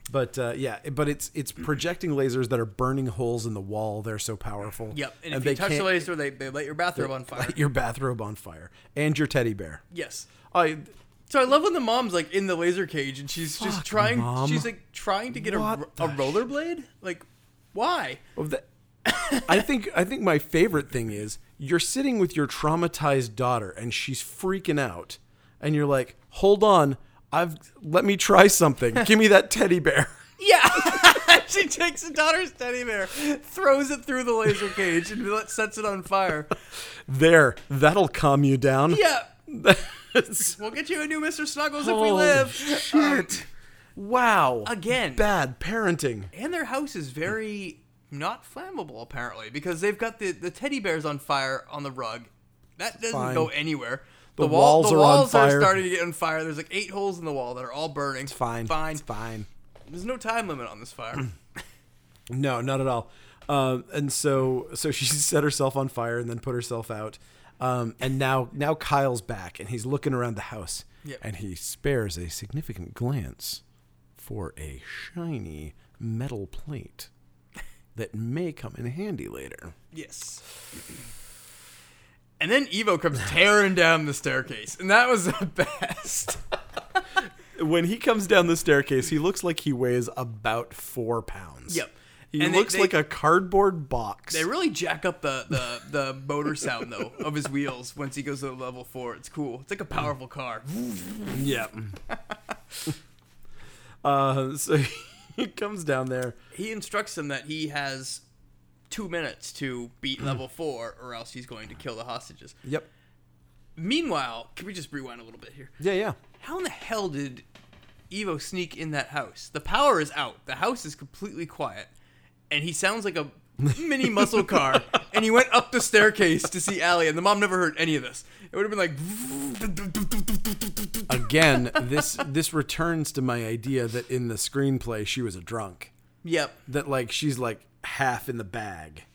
[SPEAKER 1] but uh, yeah, but it's it's projecting lasers that are burning holes in the wall. They're so powerful.
[SPEAKER 2] Yep. And, if you touch
[SPEAKER 1] [LAUGHS]
[SPEAKER 2] the
[SPEAKER 1] can't
[SPEAKER 2] laser, they, they light your bathrobe on fire.
[SPEAKER 1] light your bathrobe on fire and your teddy bear.
[SPEAKER 2] yes.
[SPEAKER 1] I
[SPEAKER 2] So I love when the mom's like in the laser cage and she's just trying.
[SPEAKER 1] Mom.
[SPEAKER 2] She's like trying to get a,
[SPEAKER 1] What
[SPEAKER 2] ro-
[SPEAKER 1] the
[SPEAKER 2] a rollerblade. Like, why?
[SPEAKER 1] Of the, I think I think my favorite thing is you're sitting with your traumatized daughter and she's freaking out, and you're like, "Hold on, I've let me try something. Give me that teddy bear." [LAUGHS]
[SPEAKER 2] Yeah. [LAUGHS] she takes the daughter's teddy bear, throws it through the laser cage, and [LAUGHS] let- sets it on fire.
[SPEAKER 1] There, that'll calm you down.
[SPEAKER 2] Yeah.
[SPEAKER 1] [LAUGHS] It's-
[SPEAKER 2] We'll get you a new Mr. Snuggles if we
[SPEAKER 1] Holy
[SPEAKER 2] live.
[SPEAKER 1] shit! wow.
[SPEAKER 2] Again.
[SPEAKER 1] bad parenting.
[SPEAKER 2] And their house is very not flammable, apparently, because they've got the, the teddy bears on fire on the rug. That doesn't
[SPEAKER 1] Fine.
[SPEAKER 2] go anywhere.
[SPEAKER 1] The
[SPEAKER 2] wall-
[SPEAKER 1] walls
[SPEAKER 2] the
[SPEAKER 1] are on
[SPEAKER 2] walls
[SPEAKER 1] fire.
[SPEAKER 2] starting to get on fire. There's like eight holes in the wall that are all burning. It's
[SPEAKER 1] Fine.
[SPEAKER 2] Fine.
[SPEAKER 1] It's fine.
[SPEAKER 2] There's no time limit on this fire. [CLEARS THROAT]
[SPEAKER 1] No, not at all. Um, and so, so she [LAUGHS] set herself on fire and then put herself out. Um, and now, now Kyle's back and he's looking around the house.
[SPEAKER 2] Yep.
[SPEAKER 1] And he spares a significant glance for a shiny metal plate that may come in handy later.
[SPEAKER 2] yes. And then Evo
[SPEAKER 1] [LAUGHS]
[SPEAKER 2] comes tearing down the staircase, and that was the [LAUGHS] best.
[SPEAKER 1] When he comes down the staircase, he looks like he weighs about four pounds.
[SPEAKER 2] Yep.
[SPEAKER 1] He
[SPEAKER 2] And they-
[SPEAKER 1] looks
[SPEAKER 2] they-
[SPEAKER 1] like a cardboard box.
[SPEAKER 2] They really jack up the, the, the motor sound though of his wheels once he goes to level four. It's cool. It's like a powerful car.
[SPEAKER 1] yeah. [LAUGHS] uh, so [LAUGHS] he comes down there.
[SPEAKER 2] he instructs them that he has two minutes to beat level four or else he's going to kill the hostages
[SPEAKER 1] Yep.
[SPEAKER 2] meanwhile can we just rewind a little bit here
[SPEAKER 1] Yeah, yeah.
[SPEAKER 2] how in the hell did evo sneak in that house the power is out the house is completely quiet and he sounds like a mini muscle car and he went up the staircase to see Allie and the mom never heard any of this it would have been like
[SPEAKER 1] Again, this this returns to my idea that in the screenplay she was a drunk.
[SPEAKER 2] yep
[SPEAKER 1] That like she's like half in the bag.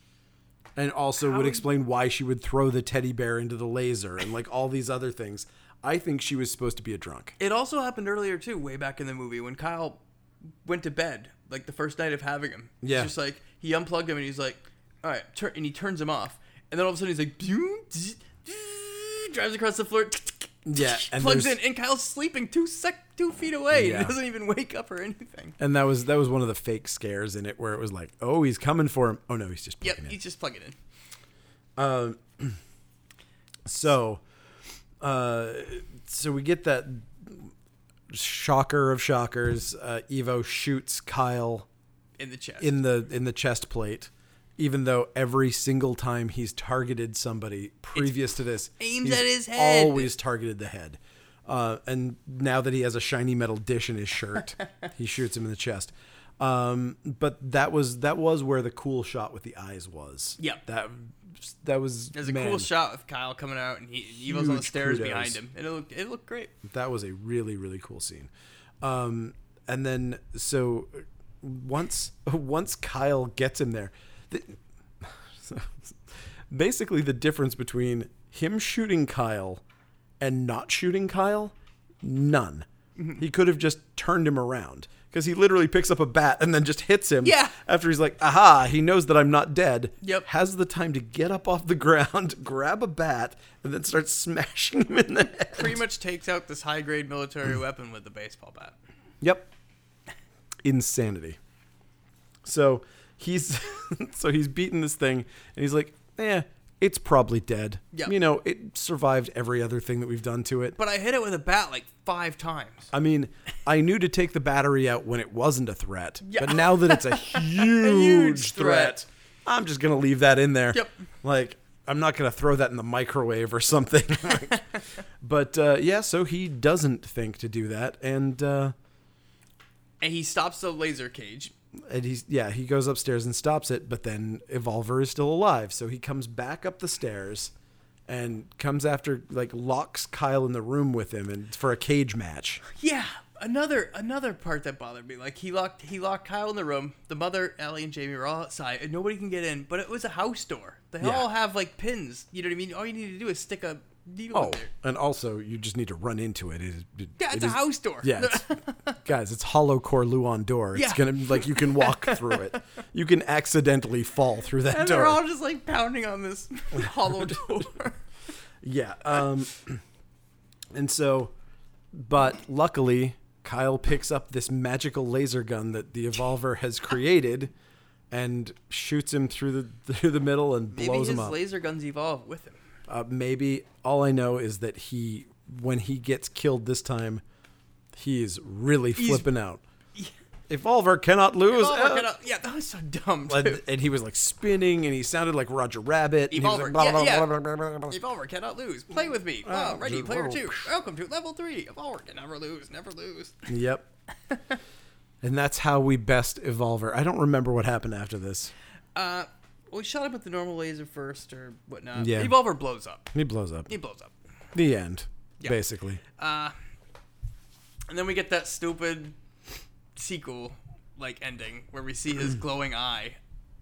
[SPEAKER 1] And also would explain why she would throw the teddy bear into the laser and like all these other things. I think she was supposed to be a drunk.
[SPEAKER 2] It also happened earlier too, way back in the movie when Kyle went to bed, like the first night of having him. It's
[SPEAKER 1] Yeah.
[SPEAKER 2] just like he unplugged him and he's like, "All right," turn, and he turns him off, and then all of a sudden he's like, "Doo, doo, doo," drives across the floor,
[SPEAKER 1] Yeah, and
[SPEAKER 2] plugs in,
[SPEAKER 1] there's-
[SPEAKER 2] and Kyle's sleeping two sec, two feet away.
[SPEAKER 1] Yeah.
[SPEAKER 2] and doesn't even wake up or anything.
[SPEAKER 1] And that was that was one of the fake scares in it where it was like, "Oh, he's coming for him." Oh no, he's just
[SPEAKER 2] Yep,
[SPEAKER 1] plugging in.
[SPEAKER 2] he's just plugging in.
[SPEAKER 1] So, uh, so we get that shocker of shockers. Uh, Evo shoots Kyle
[SPEAKER 2] In the chest.
[SPEAKER 1] in the in the chest plate, even though every single time he's targeted somebody previous to this,
[SPEAKER 2] aimed
[SPEAKER 1] he's
[SPEAKER 2] at his head.
[SPEAKER 1] Always targeted the head. Uh, and now that he has a shiny metal dish in his shirt,
[SPEAKER 2] [LAUGHS]
[SPEAKER 1] he shoots him in the chest. Um, but that was that was where the cool shot with the eyes was.
[SPEAKER 2] Yep.
[SPEAKER 1] That that was
[SPEAKER 2] There's a cool
[SPEAKER 1] man,
[SPEAKER 2] shot of Kyle coming out, and he, Evo's on the
[SPEAKER 1] Huge
[SPEAKER 2] stairs
[SPEAKER 1] kudos.
[SPEAKER 2] behind him, and it looked it looked great.
[SPEAKER 1] That was a really really cool scene. Um, and then so once [LAUGHS] once Kyle gets him there, the, [LAUGHS] so, basically the difference between him shooting Kyle and not shooting Kyle, none.
[SPEAKER 2] Mm-hmm.
[SPEAKER 1] He could have just turned him around because he literally picks up a bat and then just hits him.
[SPEAKER 2] Yeah.
[SPEAKER 1] After he's like, "Aha!" He knows that I'm not dead.
[SPEAKER 2] Yep.
[SPEAKER 1] Has the time to get up off the [LAUGHS] ground, grab a bat, and then start [LAUGHS] smashing him in the head. [LAUGHS]
[SPEAKER 2] Pretty much takes out this high grade military weapon with the baseball bat.
[SPEAKER 1] Yep. Insanity. So he's [LAUGHS] so he's beating this thing and he's like, eh, it's probably dead.
[SPEAKER 2] Yeah.
[SPEAKER 1] You know, it survived every other thing that we've done to it.
[SPEAKER 2] But I hit it with a bat like five times.
[SPEAKER 1] I mean, I knew to take the battery out when it wasn't a threat.
[SPEAKER 2] Yeah.
[SPEAKER 1] But now that it's [LAUGHS] a huge,
[SPEAKER 2] threat.
[SPEAKER 1] threat, I'm just gonna leave that in there.
[SPEAKER 2] Yep.
[SPEAKER 1] Like I'm not gonna throw that in the microwave or something. [LAUGHS] but uh, yeah, so he doesn't think to do that, and uh,
[SPEAKER 2] And he stops the laser cage.
[SPEAKER 1] and he's yeah he goes upstairs and stops it but then evolver is still alive so he comes back up the stairs and comes after like locks kyle in the room with him and for a cage match
[SPEAKER 2] Yeah. Another another part that bothered me, like he locked he locked Kyle in the room. The mother, Ellie, and Jamie were all outside, and nobody can get in. But it was a house door. They
[SPEAKER 1] Yeah.
[SPEAKER 2] all have like pins. You know what I mean? All you need to do is stick a needle
[SPEAKER 1] Oh,
[SPEAKER 2] in there.
[SPEAKER 1] and also you just need to run into it. it, is- it
[SPEAKER 2] Yeah, it's
[SPEAKER 1] it
[SPEAKER 2] a
[SPEAKER 1] is-
[SPEAKER 2] house door.
[SPEAKER 1] Yeah,
[SPEAKER 2] [LAUGHS]
[SPEAKER 1] it's, guys, it's hollow core Luon door. It's
[SPEAKER 2] Yeah.
[SPEAKER 1] gonna like you can walk through it. You can accidentally fall through that
[SPEAKER 2] and
[SPEAKER 1] door.
[SPEAKER 2] they're all just like pounding
[SPEAKER 1] [LAUGHS]
[SPEAKER 2] on this hollow door.
[SPEAKER 1] Yeah. Um, [CLEARS THROAT] and so, but luckily, Kyle picks up this magical laser gun that the Evolver has created, and shoots him through the [LAUGHS] through the middle and
[SPEAKER 2] Maybe
[SPEAKER 1] blows
[SPEAKER 2] his
[SPEAKER 1] him up.
[SPEAKER 2] laser guns evolve with him.
[SPEAKER 1] uh, maybe all I know is that he, when he gets killed this time, he is really flipping out. Evolver cannot lose.
[SPEAKER 2] Oh,
[SPEAKER 1] uh,
[SPEAKER 2] look it up. yeah, that was so dumb. Too. [LAUGHS]
[SPEAKER 1] and, and he was like spinning, and he sounded like Roger Rabbit. and he was
[SPEAKER 2] Evolver,
[SPEAKER 1] like, blah,
[SPEAKER 2] yeah,
[SPEAKER 1] blah,
[SPEAKER 2] yeah.
[SPEAKER 1] blah, blah, blah, blah.
[SPEAKER 2] Evolver cannot lose. Play with me. Ah,
[SPEAKER 1] Oh,
[SPEAKER 2] ready,
[SPEAKER 1] dude,
[SPEAKER 2] player
[SPEAKER 1] whoa.
[SPEAKER 2] two. Welcome to level three. Evolver can never lose. Never lose.
[SPEAKER 1] Yep. [LAUGHS] and that's how we best Evolver. I don't remember what happened after this.
[SPEAKER 2] Uh, we shot him with the normal laser first or whatnot.
[SPEAKER 1] Yeah.
[SPEAKER 2] Evolver blows up.
[SPEAKER 1] He blows up.
[SPEAKER 2] He blows up.
[SPEAKER 1] The end,
[SPEAKER 2] Yeah.
[SPEAKER 1] basically.
[SPEAKER 2] Uh, and then we get that stupid sequel like ending where we see
[SPEAKER 1] Mm.
[SPEAKER 2] his glowing eye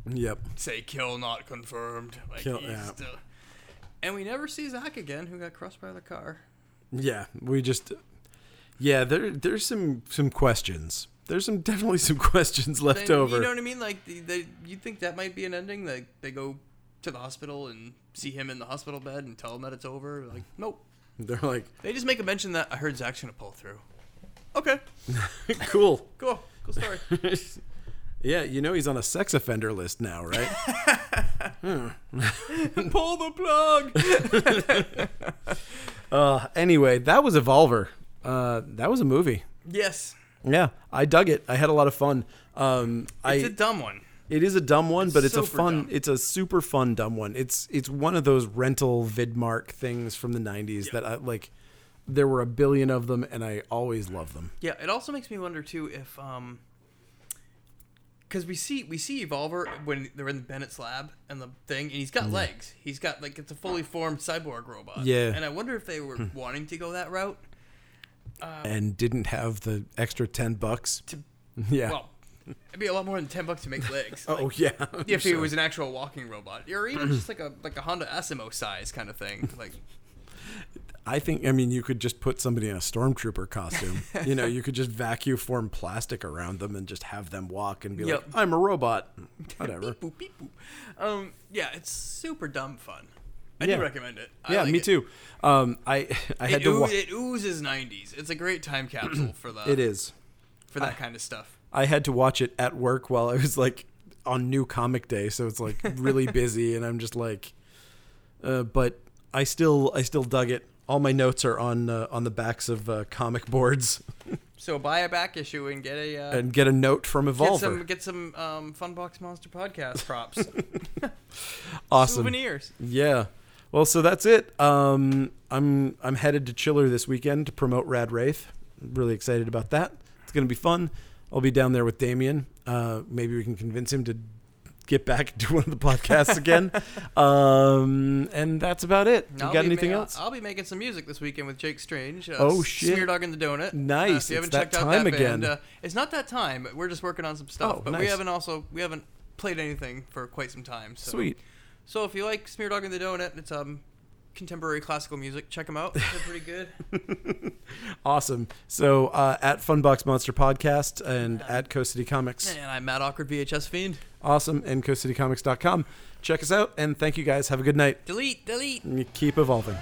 [SPEAKER 1] Yep.
[SPEAKER 2] say "kill not confirmed." Like
[SPEAKER 1] Kill-
[SPEAKER 2] he's
[SPEAKER 1] yeah.
[SPEAKER 2] still- and we never see Zach again, who got crushed by the car.
[SPEAKER 1] Yeah. We just. Yeah. There. There's some some questions. There's some [LAUGHS] definitely some questions left
[SPEAKER 2] Then,
[SPEAKER 1] over.
[SPEAKER 2] You know what I mean? Like the, the, you think that might be an ending? Like they go to the hospital and see him in the hospital bed and tell him that it's over. Like nope.
[SPEAKER 1] [LAUGHS] They're like,
[SPEAKER 2] They just make a mention that I heard Zach's gonna pull through. Okay,
[SPEAKER 1] cool. [LAUGHS]
[SPEAKER 2] cool, cool story. [LAUGHS]
[SPEAKER 1] yeah. You know he's on a sex offender list now,
[SPEAKER 2] [LAUGHS]
[SPEAKER 1] right?
[SPEAKER 2] pull the
[SPEAKER 1] [LAUGHS]
[SPEAKER 2] plug.
[SPEAKER 1] uh. Anyway, that was Evolver. Uh. That was a movie.
[SPEAKER 2] yes,
[SPEAKER 1] Yeah. I dug it. I had a lot of fun. Um. I.
[SPEAKER 2] it's a dumb one.
[SPEAKER 1] It is a dumb one, but it's a
[SPEAKER 2] super
[SPEAKER 1] fun.
[SPEAKER 2] dumb.
[SPEAKER 1] It's a super fun dumb one. It's it's one of those rental VidMark things from the '90s that I like. There were a billion of them, and I always love them.
[SPEAKER 2] Yeah, it also makes me wonder too if um, because we see we see Evolver when they're in Bennett's lab and the thing, and he's got legs. He's got like it's a fully formed cyborg robot.
[SPEAKER 1] Yeah. Hmm.
[SPEAKER 2] and I wonder if they were wanting to go that route. Uh,
[SPEAKER 1] and didn't have the extra ten bucks. [LAUGHS] yeah.
[SPEAKER 2] [LAUGHS] Well, it'd be a lot more than ten bucks to make legs.
[SPEAKER 1] [LAUGHS] oh yeah.
[SPEAKER 2] if he was an actual walking robot, or even just like a like a Honda Asimo size kind
[SPEAKER 1] [LAUGHS]
[SPEAKER 2] of thing. Like,
[SPEAKER 1] I think I mean you could just put somebody in a stormtrooper
[SPEAKER 2] [LAUGHS]
[SPEAKER 1] costume. you know, you could just vacuum form plastic around them and just have them walk and be
[SPEAKER 2] Yep.
[SPEAKER 1] like, "I'm a robot." Whatever.
[SPEAKER 2] boop, beep, boop. Um, yeah, it's super dumb fun. I
[SPEAKER 1] Yeah.
[SPEAKER 2] do recommend it. [LAUGHS] I
[SPEAKER 1] yeah,
[SPEAKER 2] like
[SPEAKER 1] me
[SPEAKER 2] it.
[SPEAKER 1] too. Um, I [LAUGHS] I had
[SPEAKER 2] It,
[SPEAKER 1] to.
[SPEAKER 2] oo-
[SPEAKER 1] Wa-
[SPEAKER 2] it oozes '90s. It's a
[SPEAKER 1] [CLEARS THROAT]
[SPEAKER 2] great time capsule for the
[SPEAKER 1] it is.
[SPEAKER 2] for that kind of stuff.
[SPEAKER 1] I had to watch it at work while I was like on new comic day, so it's like
[SPEAKER 2] [LAUGHS]
[SPEAKER 1] really busy, and I'm just like, uh, but I still I still dug it. All my notes are on uh, on the backs of uh, comic boards,
[SPEAKER 2] So buy a back issue and get a uh,
[SPEAKER 1] and get a note from
[SPEAKER 2] get
[SPEAKER 1] Evolver.
[SPEAKER 2] some get some um, Funbox Monster podcast props,
[SPEAKER 1] [LAUGHS]
[SPEAKER 2] [LAUGHS]
[SPEAKER 1] awesome,
[SPEAKER 2] souvenirs.
[SPEAKER 1] yeah. Well, so that's it. Um, I'm I'm headed to Chiller this weekend to promote Rad Wraith. Really excited about that. It's gonna be fun. I'll be down there with Damien. Uh, maybe we can convince him to get back and [LAUGHS] do one of the podcasts again. um, and that's about it. You
[SPEAKER 2] I'll
[SPEAKER 1] got
[SPEAKER 2] be
[SPEAKER 1] anything
[SPEAKER 2] ma-
[SPEAKER 1] else?
[SPEAKER 2] I'll be making some music this weekend with Jake Strange. Uh,
[SPEAKER 1] Oh, shit.
[SPEAKER 2] Smear Dog and the Donut.
[SPEAKER 1] Nice,
[SPEAKER 2] Uh,
[SPEAKER 1] it's
[SPEAKER 2] if you haven't
[SPEAKER 1] that
[SPEAKER 2] checked out
[SPEAKER 1] time
[SPEAKER 2] that band,
[SPEAKER 1] again.
[SPEAKER 2] uh, it's not that time. We're just working on some stuff,
[SPEAKER 1] Oh,
[SPEAKER 2] but we
[SPEAKER 1] nice.
[SPEAKER 2] haven't also we haven't played anything for quite some time. So.
[SPEAKER 1] Sweet.
[SPEAKER 2] So if you like Smear Dog and the Donut, it's um contemporary classical music. Check them out. They're
[SPEAKER 1] [LAUGHS]
[SPEAKER 2] pretty good.
[SPEAKER 1] Awesome. So uh, at Funbox Monster Podcast and at Co City Comics.
[SPEAKER 2] and I'm Matt Awkward VHS Fiend.
[SPEAKER 1] Awesome. And CoCityComics.com. Check us out. And thank you guys. Have a good night.
[SPEAKER 2] Delete, delete.
[SPEAKER 1] Keep evolving.